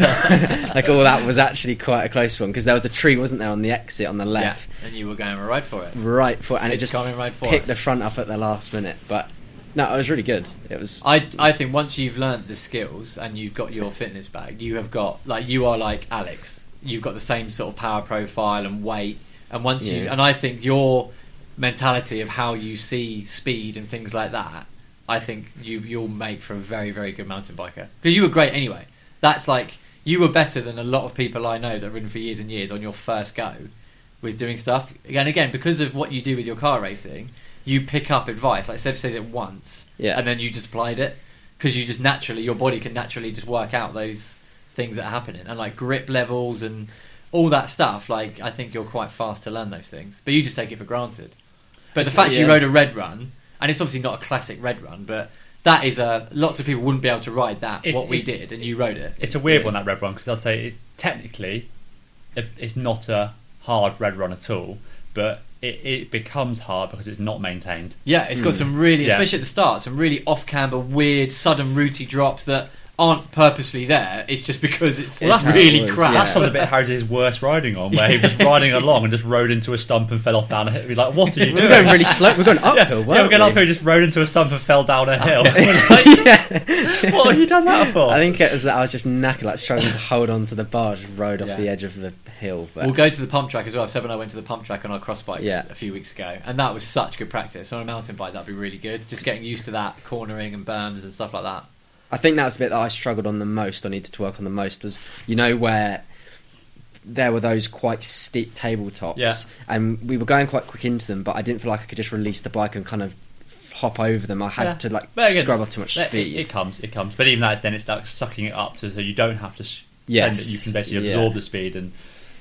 B: like oh that was actually quite a close one because there was a tree, wasn't there, on the exit on the left,
A: Yeah, and you were going right for it.
B: right foot, and it
A: It's
B: just
A: coming right for
B: picked
A: us.
B: the front up at the last minute. But no, it was really good. It was.
A: I, I think once you've learnt the skills and you've got your fitness back, you have got like you are like Alex. You've got the same sort of power profile and weight, and once you
B: Yeah.
A: and I think your mentality of how you see speed and things like that, I think you you'll make for a very very good mountain biker. Because you were great anyway. That's like you were better than a lot of people I know that have ridden for years and years on your first go with doing stuff. And again, because of what you do with your car racing, you pick up advice. Like Seb says it once,
B: Yeah.
A: and then you just applied it because you just naturally your body can naturally just work out those things that are happening and like grip levels and all that stuff. Like I think you're quite fast to learn those things, but you just take it for granted. But the fact you
B: yeah.
A: rode a red run, and it's obviously not a classic red run, but that is a lots of people wouldn't be able to ride that.
C: It's-
A: what we
C: it-
A: did, and you rode it.
C: It's a weird
B: Yeah.
C: one that red run because I'd say it, technically it, it's not a hard red run at all, but it, it becomes hard because it's not maintained.
A: Yeah, it's got some really,
C: Yeah.
A: especially at the start, some really off camber, weird, sudden, rooty drops that aren't purposely there. It's just because it's,
B: Well, that's how it
A: really
B: was,
A: crap.
B: yeah.
C: That's some of the bit Harry did his worst riding on, where he
B: [laughs]
C: was riding along and just rode into a stump and fell off down a hill. He'd be like, "What are you
B: [laughs] we're
C: doing?"
B: going really slow.
A: [laughs]
B: We're going
C: yeah,
B: uphill.
C: yeah,
B: weren't
C: we're going
B: we?
C: uphill. Just rode into a stump and fell down
B: [laughs]
C: a hill. [laughs] Like, What have you done that for?
B: I think it was that I was just knackered, like struggling to hold on to the bar, just rode off
A: Yeah.
B: the edge of the hill. But
A: We'll go to the pump track as well. Seb and I went to the pump track on our cross bikes
B: Yeah.
A: a few weeks ago, and that was such good practice. On a mountain bike, that'd be really good. Just getting used to that cornering and berms and stuff like that. [laughs]
B: I think that was the bit that I struggled on the most. I needed to work on the most was you know where there were those quite steep tabletops,
C: Yeah.
B: and we were going quite quick into them, but I didn't feel like I could just release the bike and kind of hop over them. I had
C: Yeah.
B: to like
C: But again,
B: scrub off too much
C: it-
B: speed.
C: It, comes, it comes. But even that, then it's like sucking it up to so you don't have to s
B: Yes.
C: send it. You can basically
B: Yeah.
C: absorb the speed, and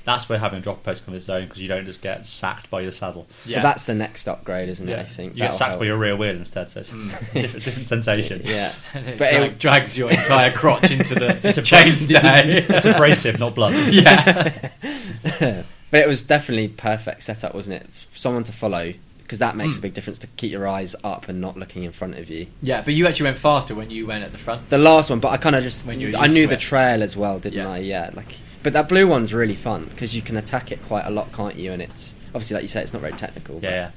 C: that's where having a drop post come its own because you don't just get sacked by your saddle.
B: But that's the next upgrade, isn't it? I think
C: you get
B: That'll
C: sacked
B: help.
C: by your rear wheel instead, so it's a different, different sensation.
B: [laughs]
C: [laughs]
B: yeah.
A: And it
B: But
A: drag-
B: it-
A: drags your entire crotch into
B: [laughs]
A: the
C: [laughs] It's a
A: chainstay.
C: It's abrasive, not blunt.
A: yeah,
B: But it was definitely perfect setup, wasn't it? F- Someone to follow because that
C: Hmm.
B: makes a big difference to keep your eyes up and not looking in front of you.
A: yeah. But you actually went faster when you went at the front.
B: The last one, but I kind of just
A: When you're
B: I
A: used
B: knew
A: to
B: the
A: it.
B: trail as well, didn't
A: Yeah.
B: I? Yeah, like but that blue one's really fun because you can attack it quite a lot, can't you? And it's obviously like you say, it's not very technical.
C: Yeah, yeah.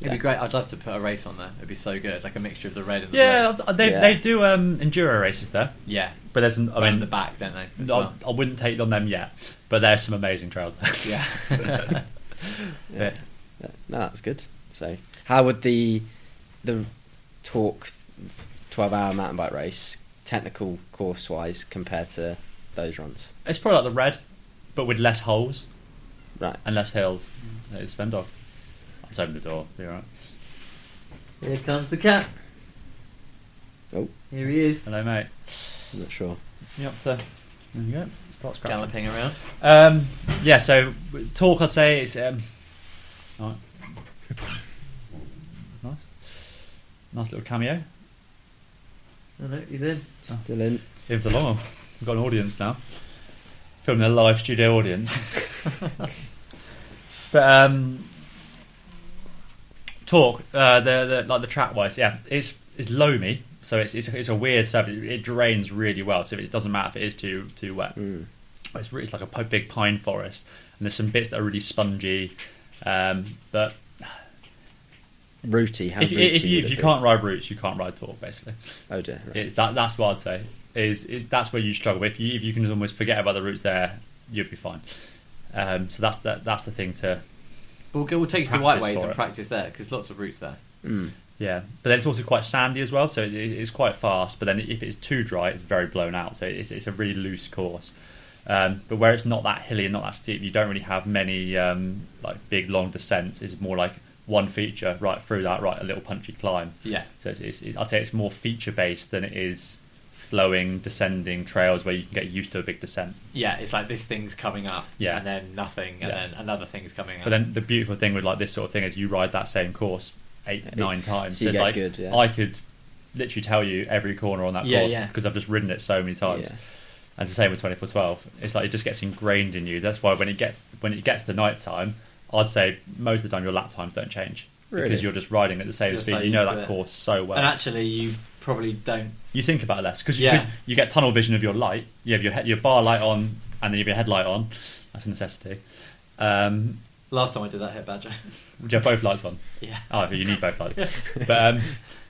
A: It'd be great. I'd love to put a race on there. It'd be so good, like a mixture of the red and the
C: Yeah,
A: blue.
C: they,
B: Yeah.
C: they do um, enduro races there,
A: Yeah,
C: but there's an,
A: I
C: I
A: mean the
C: mean,
A: back, don't they? as
C: I,
A: well?
C: I wouldn't take on them yet, but there's some amazing trails there.
A: Yeah.
C: [laughs] But
B: But, no, that's good. So, how would the the talk twelve hour mountain bike race technical course wise compare to those runs?
C: it's probably like the red, but with less holes
B: Right.
C: and less hills. It's fend off. I just opened the door. You're right.
A: Here comes the cat.
B: Oh,
A: Here he is,
C: Hello, mate.
B: I'm not sure.
C: You up to? There you go. Start scratching.
A: galloping around.
C: Um, yeah. So w- talk. I'd say it's um, alright. [laughs] nice, nice little cameo.
A: Oh, no, he's in.
B: Still in.
C: Give the long. one. We've got an audience now. Filming a live studio [laughs] audience. but um, talk, uh, the, the like the track wise, yeah, it's it's loamy, so it's it's, it's a weird surface. It, drains really well, so it doesn't matter if it is too too wet. But It's really, it's like a pi- big pine forest, and there's some bits that are really spongy. Um, but
B: Rooty. How
C: if, you-
B: rooty
C: if you
B: would
C: if
B: it
C: you
B: be?
C: can't ride roots, you can't ride talk. Basically,
B: Oh dear. Right.
C: it's that that's what I'd say. Is, is that's where you struggle. If you if you can almost forget about the roots there, you'd be fine. Um, so that's the, that's the thing to
A: We'll, go, we'll take you to
C: Practice
A: White Ways
C: for
A: and
C: it.
A: practice there because lots of routes there.
B: Mm.
C: Yeah, but then it's also quite sandy as well, so it, it's quite fast. But then if it's too dry, it's very blown out, so it's, it's a really loose course. Um, but where it's not that hilly and not that steep, you don't really have many um, like big long descents. It's more like one feature right through that, right a little punchy climb.
A: Yeah.
C: So it's, it's, it, I'd say it's more feature based than it is flowing descending trails where you can get used to a big descent.
A: Yeah, it's like this thing's coming up,
C: Yeah.
A: and then nothing, and
C: Yeah.
A: then another thing's coming up.
C: But then the beautiful thing with like this sort of thing is you ride that same course eight,
B: Eight.
C: nine times.
B: So you get
C: like
B: good, yeah.
C: I could literally tell you every corner on that
A: Yeah,
C: course
A: yeah.
C: because I've just ridden it so many times.
B: Yeah.
C: And the same with twenty four twelve. It's like it just gets ingrained in you. That's why when it gets when it gets to night time, I'd say most of the time your lap times don't change.
B: Really?
C: Because you're just riding at the same
A: You're
C: speed.
A: so
C: you know
A: used to
C: that
A: it.
C: course so well.
A: and actually, you probably don't.
C: you think about it less because
A: Yeah.
C: you, get tunnel vision of your light. You have your he- your bar light on and then you have your headlight on. That's a necessity. Um,
A: Last time I did that, hit Badger. [laughs]
C: you have both lights on.
A: yeah.
C: Oh, you need both
A: [laughs]
C: lights. but um,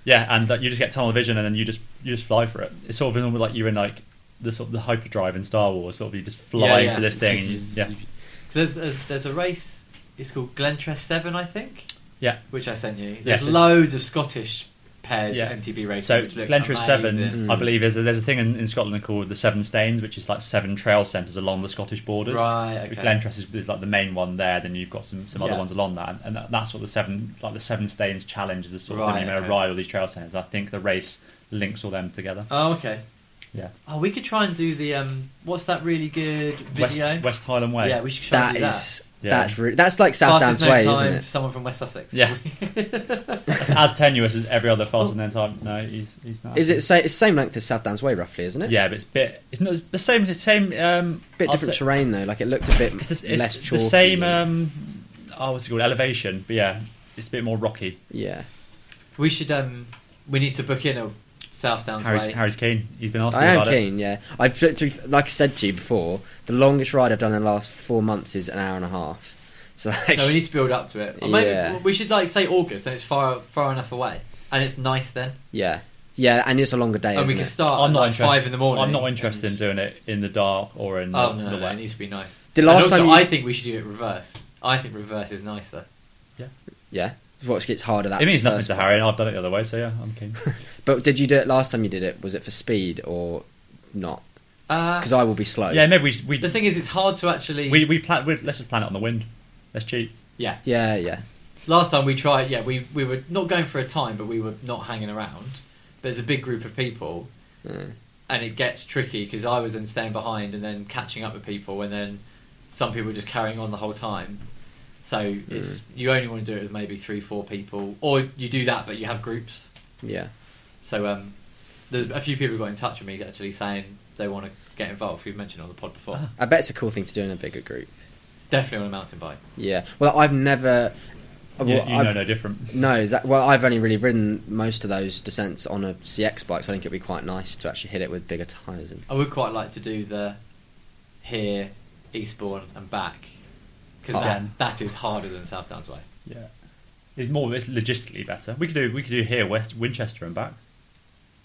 C: yeah, and uh, you just get tunnel vision, and then you just you just fly for it. It's sort of almost like you're in like the sort of the hyperdrive in Star Wars. Sort of you just fly
A: Yeah, yeah.
C: for this thing. and you- yeah,
A: There's a, there's a race. It's called Glentress Seven, I think,
C: yeah.
A: which I sent you. There's
C: Yes, it-
A: loads of Scottish pairs
C: Yeah.
A: MTB racing.
C: So
A: which look
C: Glentress Seven,
A: amazing. Mm.
C: I believe, is there's a thing in, in Scotland called the Seven Stains, which is like seven trail centres along the Scottish borders.
A: Right, okay.
C: Glentress is, is like the main one there. Then you've got some, some other
A: uh, Yeah.
C: ones along that, and, and that, that's what the seven like the Seven Stains challenge is the sort of
A: Right,
C: thing you're going
A: okay.
C: to ride all these trail centres. I think the race links all them together.
A: Oh, okay.
C: yeah,
A: Oh, we could try and do the um. What's that really good video?
C: West, West Highland Way. [laughs]
A: Yeah, we should try
B: That
A: and do
B: is.
C: Yeah.
B: That's re- that's like
A: that.
B: South
A: Fastest
B: Downs
A: known
B: Way,
A: time
B: isn't
A: for
B: it?
A: Someone from West Sussex.
C: Yeah. as tenuous as every other fast and then time. No, he's he's not.
B: Is it sa- it's same length as South Downs Way, roughly, isn't it?
C: Yeah, but it's a bit. It's not it's the same. It's the same. Um,
B: Bit
C: I'll
B: different
C: say-
B: terrain though. Like it looked a bit
C: It's, the- it's
B: less
C: the
B: chalky.
C: same. Um, oh, what's it called? Elevation. But yeah, it's a bit more rocky.
B: yeah.
A: [laughs] We should um. We need to book in a South Downs
C: Harry's,
A: way.
C: Harry's keen. He's been asking
B: I am
C: about it.
B: keen. Yeah, I like I said to you before, the longest ride I've done in the last four months is an hour and a half. So like,
A: No, we need to build up to it. Or maybe
B: Yeah.
A: we should like say August, and it's far far enough away, and it's nice then,
B: yeah, yeah, and it's a longer day.
A: and we
B: isn't
A: can
B: it?
A: start
C: I'm
A: at
C: not
A: like
C: interested.
A: five in the morning.
C: I'm not interested in
A: and-
C: doing it in the dark or in
A: Oh
C: the,
A: no,
C: the
A: no, no,
C: wet.
A: it needs to be nice.
B: The
A: And
B: last
A: also,
B: time you-
A: I think we should do it reverse. I think reverse is nicer.
B: Yeah, watch gets harder. That
C: it means nothing
B: first
C: to
B: one.
C: Harry, and I've done it the other way. So yeah,
A: [laughs]
C: I'm keen.
B: But did you do it last time you did it? Was it for speed or not?
A: Uh,
B: Because I will be slow.
C: yeah, maybe we we
A: the thing is, it's hard to actually.
C: we, we plan. We, let's just plan it on the wind. That's cheap.
A: yeah,
B: yeah, yeah.
A: last time we tried, yeah, we we were not going for a time, but we were not hanging around. There's a big group of people,
B: Mm.
A: and it gets tricky because I was then staying behind and then catching up with people, and then some people were just carrying on the whole time. So it's
B: Hmm.
A: you only want to do it with maybe three, four people, or you do that, but you have groups.
B: yeah.
A: So um, there's a few people got in touch with me actually saying they want to get involved. We've mentioned it on the pod before.
B: I bet it's a cool thing to do in a bigger group.
A: Definitely on a mountain bike.
B: Yeah. Well, I've never.
C: You,
B: Uh, Well,
C: you
B: I've-
C: know no different.
B: No, is that, well, I've only really ridden most of those descents on a CX bike, so I think it'd be quite nice to actually hit it with bigger tyres. And
A: I would quite like to do the here, Eastbourne, and back because
B: Oh.
A: that, that is harder than South Downs Way.
C: Yeah, it's more it's logistically better. We could do we could do here West Winchester and back.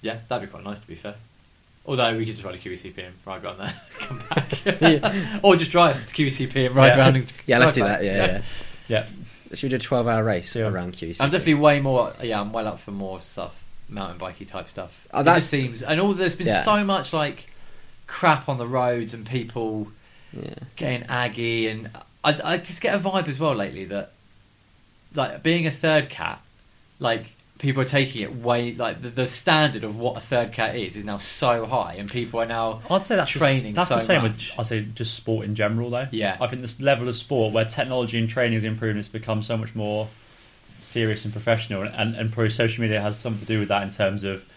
A: Yeah, that'd be quite nice to be fair. Although we could just ride a QECP and ride around there, [laughs] come back,
B: Yeah.
A: [laughs] or just drive to QECP and ride
C: Yeah.
A: around. And
B: yeah, let's
A: drive
B: do
A: back.
B: that. Yeah, yeah.
C: Yeah,
B: Should we do a twelve-hour race
C: Yeah.
B: around QC?
A: I'm definitely way more. Yeah, I'm well up for more stuff, mountain bikey type stuff.
B: Oh,
A: It
B: that's-
A: just seems, and all there's been
B: Yeah.
A: so much like crap on the roads and people
B: Yeah.
A: getting aggy, and I, I just get a vibe as well lately that like being a third cat, like people are taking it way like the, the standard of what a third cat is is now so high, and people are now
C: I'd say that's
A: training.
C: The, that's
A: so
C: the same
A: much.
C: with I'd say just sport in general though.
A: Yeah.
C: I think this level of sport where technology and training has improved, it's become so much more serious and professional, and and probably social media has something to do with that in terms of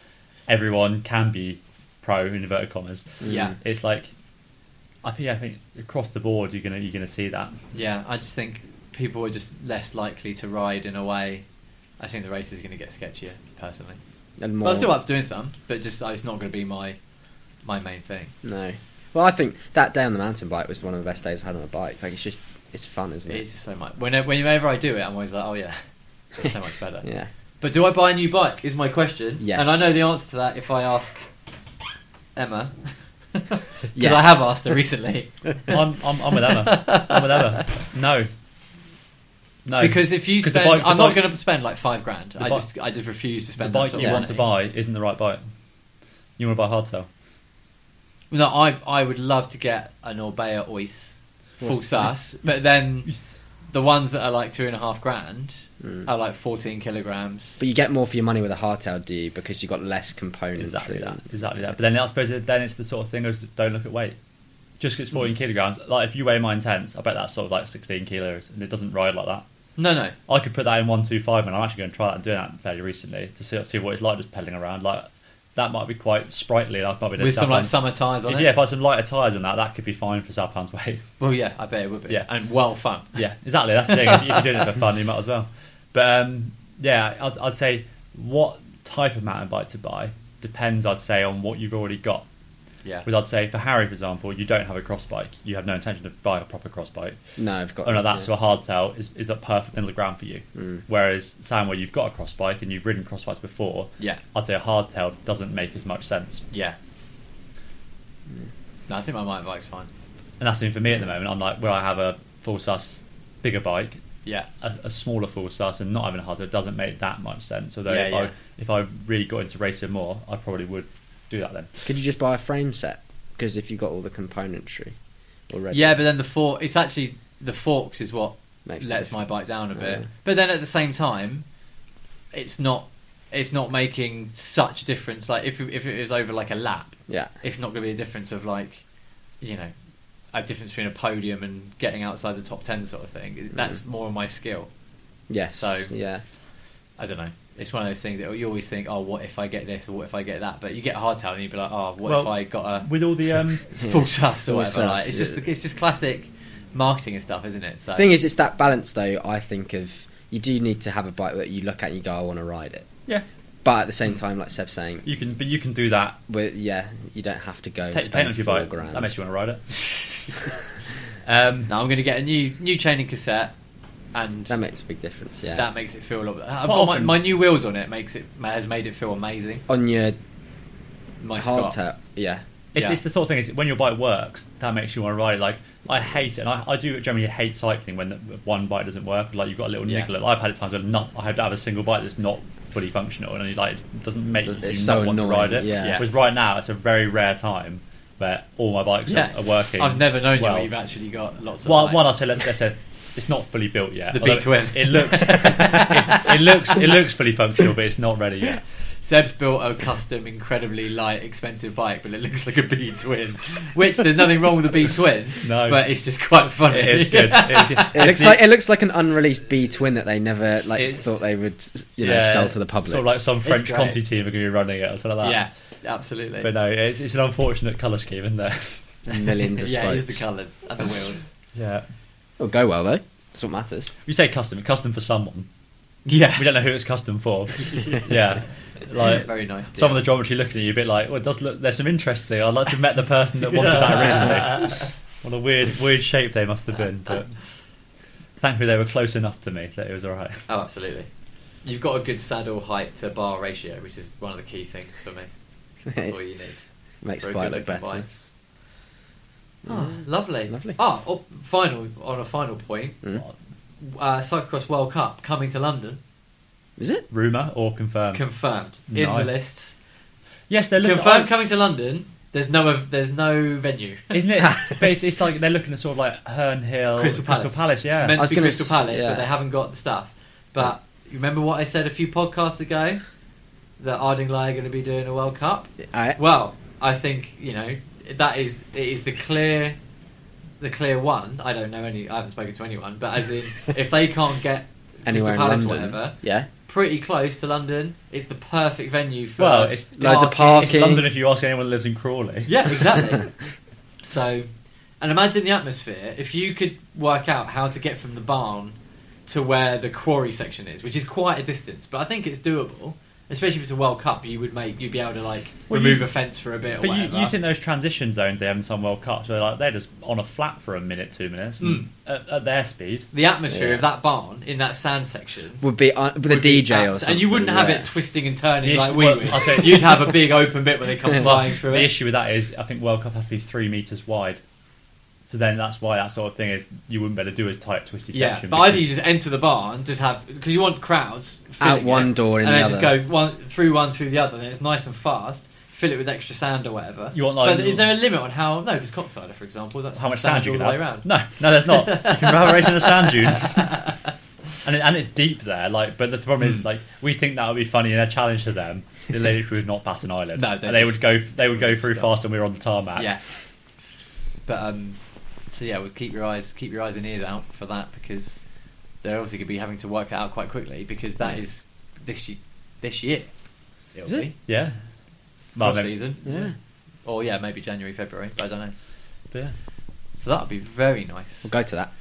C: everyone can be pro in inverted commas.
A: Yeah.
C: it's like I think I think across the board you're gonna you're gonna see that.
A: Yeah, I just think people are just less likely to ride in a way. I think the race is going to get sketchier personally. But
B: and more.
A: I'm still up for doing some, but just uh, it's not going to be my my main thing.
B: No. Well, I think that day on the mountain bike was one of the best days I've had on a bike. Like it's just it's fun, isn't it?
A: It's just so much. Whenever, whenever I do it, I'm always like, oh yeah, it's so much
C: [laughs]
A: better.
B: Yeah. [laughs]
A: But do I buy a new bike? Is my question.
B: Yes.
A: And I know the answer to that if I ask
C: [laughs]
A: Emma. Because
B: Yeah.
A: I have asked her recently.
C: I'm, [laughs] I'm, I'm with Emma. I'm with Emma. No. No.
A: because if you
C: 'Cause
A: spend,
C: the bike- the
A: I'm not
C: bike-
A: going to spend like five grand.
C: The
A: I
C: bi-
A: just, I just refuse to
C: the
A: spend. that
C: bike
A: sort
C: you
A: of
C: want to
A: money.
C: buy isn't the right bike. You want to buy hardtail.
A: No, I, I would love to get an Orbea Ois full
B: Ois,
A: sas, but then the ones that are like two and a half grand are like 14 kilograms.
B: Hmm. But you get more for your money with a hardtail, do you? Because you got less components.
C: Exactly
B: really.
C: that. Exactly that. But then I suppose it- then it's the sort of thing of don't look at weight. Just 'cause it's
A: Mm.
C: 14 kilograms, like if you weigh mine tens, I bet that's sort of like 16 kilos, and it doesn't ride like that.
A: no, no,
C: I could put that in 125, and I'm actually going to try that and doing that fairly recently to see, see what it's like just pedaling around. Like that might be quite sprightly. and I might be able to
A: with some like
C: Southland-
A: summer tires on
C: If-
A: it.
C: yeah, if I had some lighter tyres on that, that could be fine for South Pound's [laughs] weight.
A: Well, yeah, I bet it would be.
C: Yeah.
A: and well fun.
C: Yeah, exactly. That's the thing. if you're doing it for fun, you might as well. But um, yeah, I'd, I'd say what type of mountain bike to buy depends, I'd say, on what you've already got.
A: Yeah,
C: Because I'd say for Harry, for example, you don't have a cross bike. You have no intention of buying a proper cross bike.
B: No, I've got.
C: Oh no, that's
B: yeah. Mm.
C: a hardtail is is that perfect middle ground for you. Whereas Sam, where you've got a cross bike and you've ridden cross bikes before,
A: yeah,
C: I'd say a hardtail doesn't make as much sense.
A: yeah.
B: Hmm.
A: No, I think my mountain bike's fine.
C: And that's the thing for me at the moment. I'm like where I have a full sus bigger bike,
A: Yeah,
C: a, a smaller full sus and not having a hardtail doesn't make that much sense. Although
A: Yeah,
C: if,
A: yeah.
C: I, if I really got into racing more, I probably would do that then.
B: Could you just buy a frame set? Because if you got all the componentry already.
A: yeah, but then the fork. It's actually the forks is what
B: Makes the
A: lets my
B: difference.
A: bike down a bit.
B: Yeah.
A: But then at the same time, it's not. It's not making such a difference. Like if if it was over like a lap,
B: Yeah.
A: it's not going to be a difference of like, you know, a difference between a podium and getting outside the top ten sort of thing.
B: Mm.
A: That's more of my skill.
B: Yes.
A: So-
B: yeah.
A: I don't know. It's one of those things that you always think, oh, what if I get this or what if I get that? But you get a hardtail and you'd be like, oh, what if
C: Well,
A: I
B: [laughs]
A: got a
C: With all the um,
A: full sus or
B: Full
A: whatever? Like,
B: sus,
A: it's
B: yeah.
A: just it's just classic marketing and stuff, isn't it? So [laughs]
B: Thing is, it's that balance though. I think of you do need to have a bike that you look at and you go, I want to ride it.
C: yeah,
B: But at the same time, like Seb's saying,
C: you can but you can do that.
B: with yeah, you don't have to go. and
C: Take the paint
B: spend
C: off your
B: four
C: bike.
B: grand.
C: That makes you want to ride it. um,
A: now I'm going to get a new new chain and cassette, and
B: [laughs] That makes a big difference. Yeah.
A: that makes it feel a lot. I've got
C: Quite
A: my,
C: often-
A: my new wheels on it makes it has made it feel amazing.
B: on your
A: My Scott.
B: hardtail. Yeah.
C: It's,
A: Yeah.
C: it's the sort of thing is when your bike works that makes you want to ride. it. Like I hate it, and I, I do generally hate cycling when the, one bike doesn't work. Like you've got a little
A: Yeah.
C: niggle. I've had it times where not I have to have a single bike that's not fully functional, and it, like it doesn't make
B: It's
C: you
B: so
C: not want
B: annoying,
C: to ride it.
B: yeah. Yeah.
C: Whereas right now it's a very rare time where all my bikes
A: Yeah,
C: are, are working.
A: I've never known you.
C: well.
A: Where you've actually got lots of.
C: One,
A: bikes.
C: one I'll say let's, let's say it's not fully built yet.
A: The
C: although
A: B-twin.
C: It, it looks [laughs] it, it looks it looks fully functional, but it's not ready yet.
A: Seb's built a custom, incredibly light, expensive bike, but it looks like a B twin. Which there's nothing wrong with a B twin,
C: No.
A: but it's just quite funny.
C: It is good.
A: [laughs]
B: [laughs]
C: It is good.
B: It looks like it looks like an unreleased B twin that they never like
C: It's-
B: thought they would you know
C: Yeah.
B: sell to the public.
C: Sort of like some French
A: great.
C: Conti team are going to be running it or something like that.
A: yeah, absolutely.
C: But no, it's, it's an unfortunate colour scheme, isn't there?
B: Millions
A: [laughs]
B: of
A: yeah, it is the
B: spokes.
A: colours and the wheels.
C: [laughs] yeah.
B: It'll go well though. That's what matters.
C: You say custom, custom for someone.
A: Yeah,
C: We don't know who it's custom
B: [laughs]
C: for. [laughs] yeah. Like
A: very nice.
C: some of the
A: deal.
C: geometry looking at you a bit like, well, it does look there's some interest there. I'd like to met the person that wanted that originally.
A: [laughs]
C: What a weird weird shape they must have been, but thankfully they were close enough to me that it was alright.
A: Oh, absolutely. You've got a good saddle height to bar ratio, which is one of the key things for me.
B: [laughs]
A: That's all you need.
B: Makes
A: For a
B: the bike look
A: good-looking
B: better.
A: bike. Ah, lovely.
B: Lovely.
A: Ah, oh, final on a final point.
B: Mm.
A: Uh, Cyclocross World Cup coming to London,
B: Is it?
C: Rumour or
B: Um,
C: confirmed?
A: confirmed in the
C: Nice.
A: lists.
C: yes, they're looking
A: confirmed
C: I-
A: coming to London. There's no there's no [laughs] venue.
C: Isn't it? but it's, it's like they're looking at sort of like Herne Hill,
A: Crystal Palace.
C: yeah.
A: It's meant
B: I was
A: to be
B: gonna
A: Crystal
B: s-
A: Palace,
B: yeah.
A: but they haven't got the stuff. But you remember what I said a few podcasts ago that Ardingly are going to be doing a World Cup.
B: I,
A: Well, I think you know that is it is the clear, the clear one. I don't know any. I haven't spoken to anyone, but as
B: [laughs]
A: in, if they can't get
B: anywhere in
A: Crystal Palace,
B: London.
A: whatever,
B: Yeah.
A: pretty close to London, it's the perfect venue for.
C: Well, it's-
B: Loads of
C: It's
B: parking.
C: London if you ask anyone who lives in Crawley.
A: Yeah,
C: [laughs]
B: [laughs]
A: exactly. so, and imagine the atmosphere. If you could work out how to get from the barn to where the quarry section is, which is quite a distance, but I think it's doable. Especially if it's a World Cup, you would make you'd be able to like
C: Well,
A: remove
C: you-
A: a fence for a bit. or
C: But you,
A: whatever.
C: you think those transition zones they have in some World Cups, they're, like, they're just on a flat for a minute, two minutes, and
A: Hmm.
C: at, at their speed.
A: the atmosphere
B: Yeah.
A: of that barn in that sand section
B: Would be un- with a
A: would be
B: DJ or
A: abs-
B: something.
A: and you wouldn't have
B: yeah.
A: it twisting and turning
C: Yes,
A: like we
C: well,
A: would.
C: I said-
A: You'd have a big open bit when they come flying through
C: [laughs] the
A: it.
C: issue with that is, I think World Cup have to be three meters wide. So then that's why that sort of thing is you wouldn't better do a tight twisty
A: Yeah,
C: section.
A: but I
C: because-
A: think you just enter the barn, just have because you want crowds
B: Out
A: filling
B: one
A: it,
B: door in
A: and
B: the
A: then
B: other.
A: just go one through one through the other, and it's nice and fast. Fill it with extra sand or whatever.
C: You want, like,
A: but is there a limit on how? No, because Coxider, for example, that's
C: how much sand, you
A: all
C: can
A: the way around.
C: have. No, no, there's not. You can have a race in a sand
A: [laughs]
C: dune, and it, and it's deep there. Like, but the problem
A: Hmm.
C: is, like, we think that would be funny and a challenge to them. The ladies would not bat an eyelid.
A: No, they
C: And they
A: just-
C: would go. They would go through
A: Stop.
C: faster than we were on the tarmac.
A: Yeah, [laughs] but um, so yeah, well, keep your eyes keep your eyes and ears out for that because they're obviously going to be having to work that out quite quickly because that
B: Yeah.
A: is this ye- this year. It'll
B: Is it?
A: be
C: yeah. Well,
A: cross
C: maybe-
A: season.
B: Yeah.
A: or yeah, maybe January, February. But I don't know.
C: yeah.
A: So that would be very nice.
B: We'll go to that.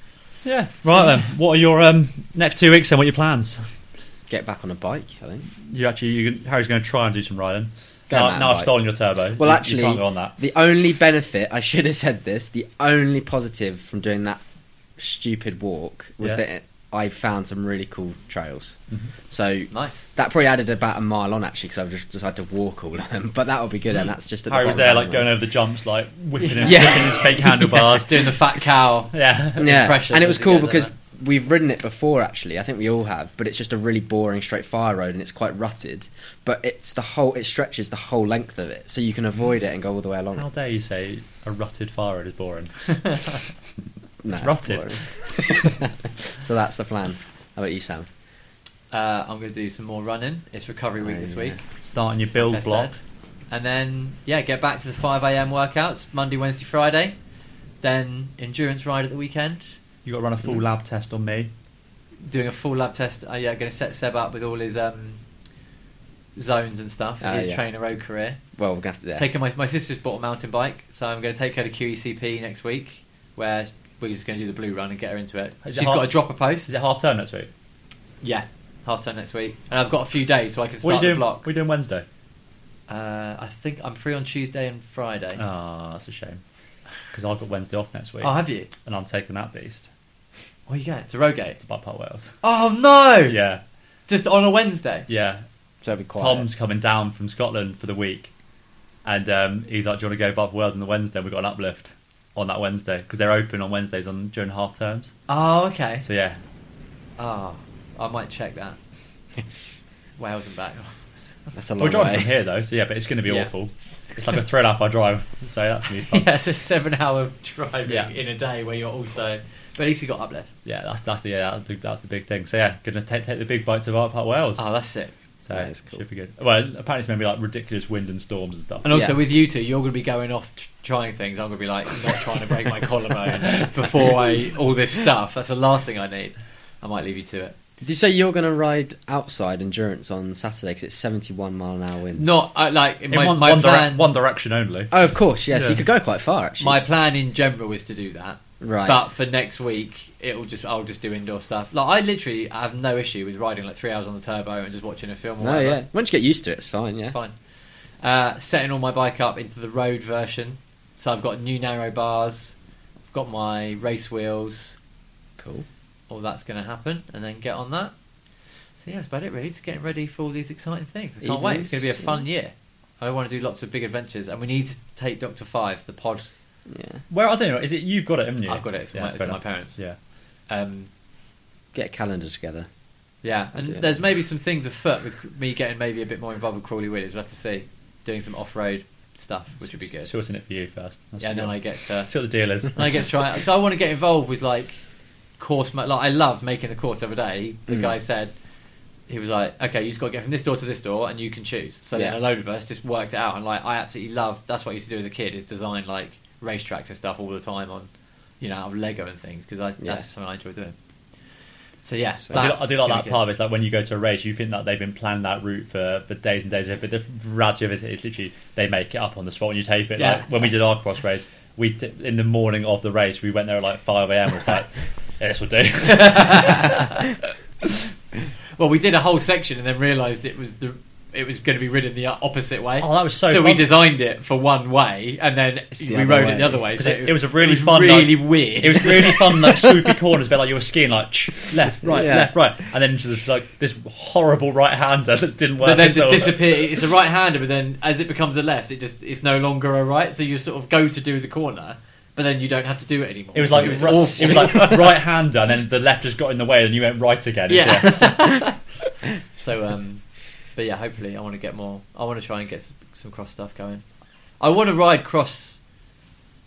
C: Yeah. Right then. What are your um, next two weeks? Then what are your plans?
B: Get back on a bike, I think.
C: You actually, you, Harry's going to try and do some riding.
B: Go
C: now,
B: mountain
C: now I've
B: bike.
C: stolen your turbo.
B: Well,
C: You-
B: actually,
C: you can't go on that.
B: the only benefit I should have said this. The only positive from doing that stupid walk was
C: Yeah.
B: that it, I found some really cool trails.
A: Mm-hmm.
B: So
A: Nice.
B: that probably added about a mile on actually, because I've just decided to walk all of them. But that'll be good,
A: Hmm.
B: and that's just at
C: Harry
B: the
C: was
B: bottom
C: there,
B: of
C: like
B: the
C: going
B: run.
C: over the jumps, like
A: [laughs]
C: whipping, his,
B: Yeah.
C: whipping his fake handlebars.
A: Doing the
C: [laughs]
A: fat cow.
C: yeah.
B: yeah,
A: pressure
B: and it was
A: to
B: cool
A: get there,
B: because
A: man.
B: we've ridden it before. Actually, I think we all have, but it's just a really boring straight fire road, and it's quite rutted. But it's the whole it stretches the whole length of it, so you can avoid it and go all the way along.
C: How
B: it.
C: dare you say a rutted fire road
A: [laughs]
C: is boring?
B: No,
C: rutted.
B: boring. [laughs] so that's the plan. How about you, Sam?
A: Uh, I'm going to do some more running. It's recovery week
B: Oh,
A: this
B: yeah.
A: week.
C: Starting your build
A: like I
C: block.
A: said. And then, yeah, get back to the 5 a.m. workouts Monday, Wednesday, Friday. Then endurance ride at the weekend.
C: You got to run a full
A: Mm.
C: lab test on me.
A: Doing a full lab test. Uh, yeah, going to set Seb up with all his um, zones and stuff.
B: Ah,
A: his
B: yeah.
A: trainer road career.
B: Well, we're gonna have to do that.
A: Taking my my sister's bought a mountain bike, so I'm going to take her to QECP next week, where we're just going to do the blue run and get her into it.
C: Is it
A: She's
C: hard-
A: got to drop a post.
C: Is it half term next week?
A: Yeah, half time next week, and I've got a few days so I can
C: What are
A: start
C: you doing?
A: the block.
C: What are you doing Wednesday?
A: Uh, I think I'm free on Tuesday and Friday.
C: Ah, that's a shame. Because I've got Wednesday off next week.
A: oh, have you?
C: And I'm taking that beast
A: Where you going? To Rogate?
C: to Butt Park
A: [laughs]
C: Wales.
A: Oh no!
C: Yeah,
A: Just on a Wednesday.
C: yeah.
B: so it'll be quiet.
C: Tom's coming down from Scotland for the week, and um, he's like, "Do you want to go above Wales on the Wednesday?" We've got an uplift on that Wednesday because they're open on Wednesdays on during half terms.
A: Oh, okay.
C: So yeah,
A: Ah, I might check that. [laughs] Wales and back.
B: That's a
C: we're
B: long
C: driving
B: way.
C: from here though. So yeah, but it's going to be
A: Yeah.
C: awful. It's like a thrill up I drive. So that's gonna be
A: [laughs]
C: fun.
A: [laughs] yeah, it's a seven-hour driving
C: Yeah.
A: in a day where you're also. But at least you got uplift.
C: Yeah, that's that's the yeah, that's the, that's the big thing. So yeah, gonna take take the big bite to Art Park Wales.
A: Oh, that's sick.
C: so
B: That is cool.
C: should be good. Well, apparently it's gonna be like ridiculous wind and storms and stuff.
A: And also
B: Yeah.
A: with you two, you're going to be going off t- trying things. I'm going to be like not trying to break my collarbone [laughs] before I all this stuff. That's the last thing I need. I might leave you to it.
B: Did you say you're going to ride outside endurance on Saturday because it's 71 mile an hour winds?
A: Not uh, like in
C: in
A: my,
C: one,
A: my
C: one, direc-
A: plan.
C: one direction only.
B: Oh, of course, yes.
C: Yeah.
B: You could go quite far actually.
A: my plan in general is to do that.
B: right.
A: But for next week, it'll just I'll just do indoor stuff. Like I literally have no issue with riding like three hours on the turbo and just watching a film. Or
B: no,
A: whatever.
B: Oh, yeah. Once you get used to it, it's fine. Yeah.
A: It's fine. Uh, setting all my bike up into the road version, so I've got new narrow bars, I've got my race wheels,
B: Cool.
A: all that's going to happen, and then get on that. So yeah, that's about it really. Just getting ready for all these exciting things. I can't wait. It's going to be a
B: Evenings,
A: fun year. I want to do lots of big adventures, and we need to take Doctor Five, the pod.
B: Yeah.
C: Where I don't know. Is it you've got it, haven't you?
A: I've got it. It's,
C: Yeah,
A: my,
C: that's
A: it's
C: fair
A: my
C: enough.
A: parents.
C: Yeah.
A: Um,
B: Get a calendar together.
A: yeah, and
B: Yeah.
A: there's maybe some things afoot with me getting maybe a bit more involved with Crawley Williams. We'll have to see. Doing some off-road stuff, which would be good.
C: See what's in it for you first. That's
A: Yeah, and then
C: good.
A: I get to
C: see what the deal is.
A: and I get to try it. So I want to get involved with like course. ma- Like I love making the course every day. The
B: Mm.
A: guy said he was like, "Okay, you just got to get from this door to this door, and you can choose." So
B: Yeah.
A: then a load of us just worked it out, and like I absolutely love. That's what I used to do as a kid is design like racetracks and stuff all the time on, you know, out of Lego and things because
B: Yeah.
A: that's something I enjoy doing. So yeah,
C: I do,
A: that-
C: I do
A: it's
C: like
A: gonna
C: that
A: be
C: part of
A: good.
C: it. It's like when you go to a race, you think that they've been planned that route for, for days and days. But the reality of it is literally they make it up on the spot when you tape it.
A: Yeah.
C: Like [laughs] when we did our cross race, we t- in the morning of the race, we went there at like 5 a.m. It was like, Yeah, this will
A: [laughs]
C: do.
A: Well, we did a whole section and then realised it was the it was going to be ridden the opposite way.
C: Oh, that was so
A: we
C: fun.
A: designed it for one way and then
B: It's the
A: we
B: other
A: rode it
B: way.
A: the other way.
C: 'Cause
A: So
C: it- it was a really fun,
A: really
C: like-
A: weird.
C: it was really fun, like swoopy corners, but like you were skiing, like ch- left, right,
B: Yeah.
C: left, right, and then just like this horrible right hander that didn't
A: [laughs]
C: work.
A: but then just
C: at all.
A: disappear. It's a right hander, but then as it becomes a left, it just it's no longer a right. So you sort of go to do the corner, but then you don't have to do it anymore.
C: It was like
A: it was
C: ri-
A: awful.
C: it was like right hander, and then the left just got in the way, and you went right again.
A: yeah. so um, but yeah, hopefully I want to get more. I want to try and get s- some cross stuff going. I want to ride cross,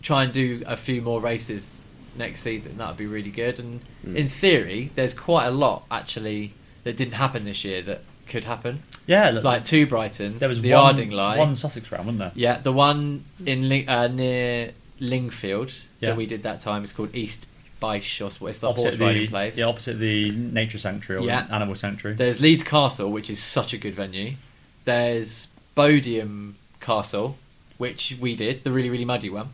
A: try and do a few more races next season. That would be really good. And in theory, there's quite a lot actually that didn't happen this year that could happen.
C: yeah. Look,
A: Like two Brightons,
C: there was
A: the
C: one,
A: Arding line,
C: one Sussex round, wasn't there?
A: Yeah, the one in Ling- uh, near Lingfield
C: Yeah.
A: that we did that time is called East Bysh or what- it's the
C: opposite
A: horse
C: the
A: riding place.
C: yeah, opposite the nature sanctuary or
A: Yeah.
C: animal sanctuary.
A: There's Leeds Castle, which is such a good venue. There's Bodiam Castle, which we did the really really muddy one.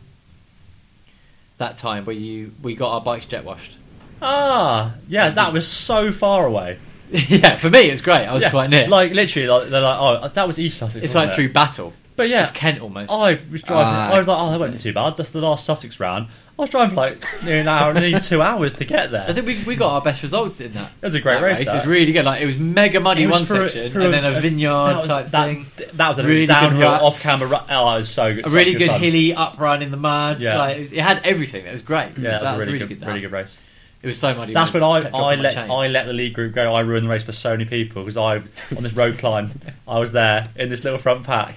A: That time where you we got our bikes jet washed. [laughs]
C: ah, yeah, that was so far away.
A: yeah, for me it was great. I was
C: Yeah,
A: quite near.
C: Like literally, like, they're like, oh, that was East Sussex.
A: it's
C: wasn't
A: like
C: it?
A: through battle.
C: but yeah, Oh,
A: It's Kent almost.
C: I was driving.
B: Ah.
C: I was like, oh, that wasn't too bad. That's the last Sussex round. I was driving for like near an hour and nearly two hours to
A: [laughs]
C: get there.
A: I think we, we got our best results in that.
C: It was a great
A: that
C: race,
A: It was
C: that.
A: really good. Like it was mega muddy
C: It was
A: one
C: for a-
A: section,
C: for
A: and then a vineyard
C: that was-
A: type
C: that,
A: thing.
C: That was a
A: Really good
C: downhill
A: ruts.
C: off camera. Ru- oh, that was so good.
A: A
C: such
A: really good
C: fun.
A: hilly up run in the mud.
C: Yeah.
A: Like, it had everything. That was great.
C: Yeah, that, was a really, good,
A: that.
C: really good race.
A: It was so muddy.
C: That's when I,
A: kept
C: I
A: dropping my
C: let
A: chain.
C: I let the lead group go. I ruined the race for so many people because I on this road climb I was there in this little front pack,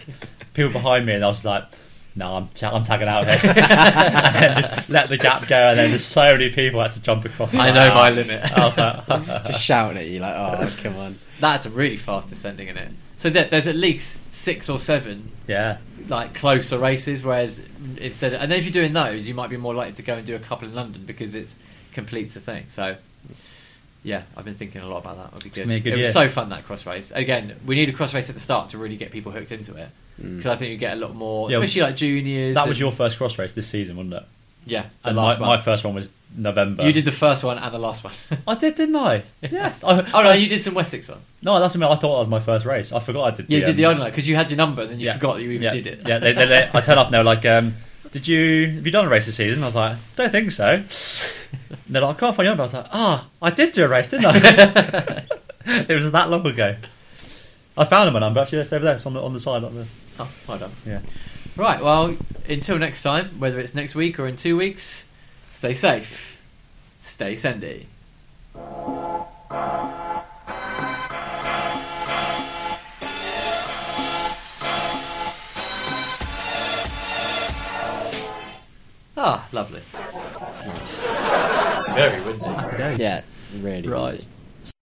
C: people behind me, and I was like, "No, I'm ta- I'm tagging out here," [laughs] and then just let the gap go. And then just so many people had to jump across.
A: I know my limit.
C: I was like, [laughs]
B: Just shouting at you like, oh, come on.
A: That's a really fast descending in it. So there, there's at least six or seven
C: "Yeah,
A: like closer races, whereas instead, and then if you're doing those, you might be more likely to go and do a couple in London because it completes the thing. So yeah, I've been thinking a lot about that. It'll be good.
C: gonna be a good
A: it was
C: year.
A: so fun that cross race. Again, we need a cross race at the start to really get people hooked into it because I think you get a lot more,
C: Yeah,
A: especially like juniors.
C: that
A: and-
C: was your first cross race this season, wasn't it?"
A: yeah. The
C: And my, uh,
A: last
C: my
A: one.
C: first one was November.
A: you did the first one and the last one.
C: I did, didn't I? [laughs]
A: [laughs]
C: Yes. I,
A: oh no, you did some Wessex ones.
C: no, that's what I mean. I thought that was my first race. I forgot I did.
A: Yeah, you did the
C: um,
A: Island because you had your number and then you
C: Yeah.
A: forgot that you even
C: yeah.
A: did it.
C: Yeah, they, they, they, I turn up and they're like, um, "Did you have you done a race this season?" I was like, "Don't think so." And they're like, "Oh, "I can't find your number." I was like, "Ah, I did do a race, [laughs] didn't I?"
A: Oh,
C: it was that long ago. I found my number actually. It's over there. It's on the on the side. On the,
A: Oh, well done.
C: yeah.
A: Right, well, until next time, whether it's next week or in two weeks, stay safe, stay sandy. Ah, lovely.
B: Nice.
A: Very windy. Ah,
B: Yeah, really.
A: Right.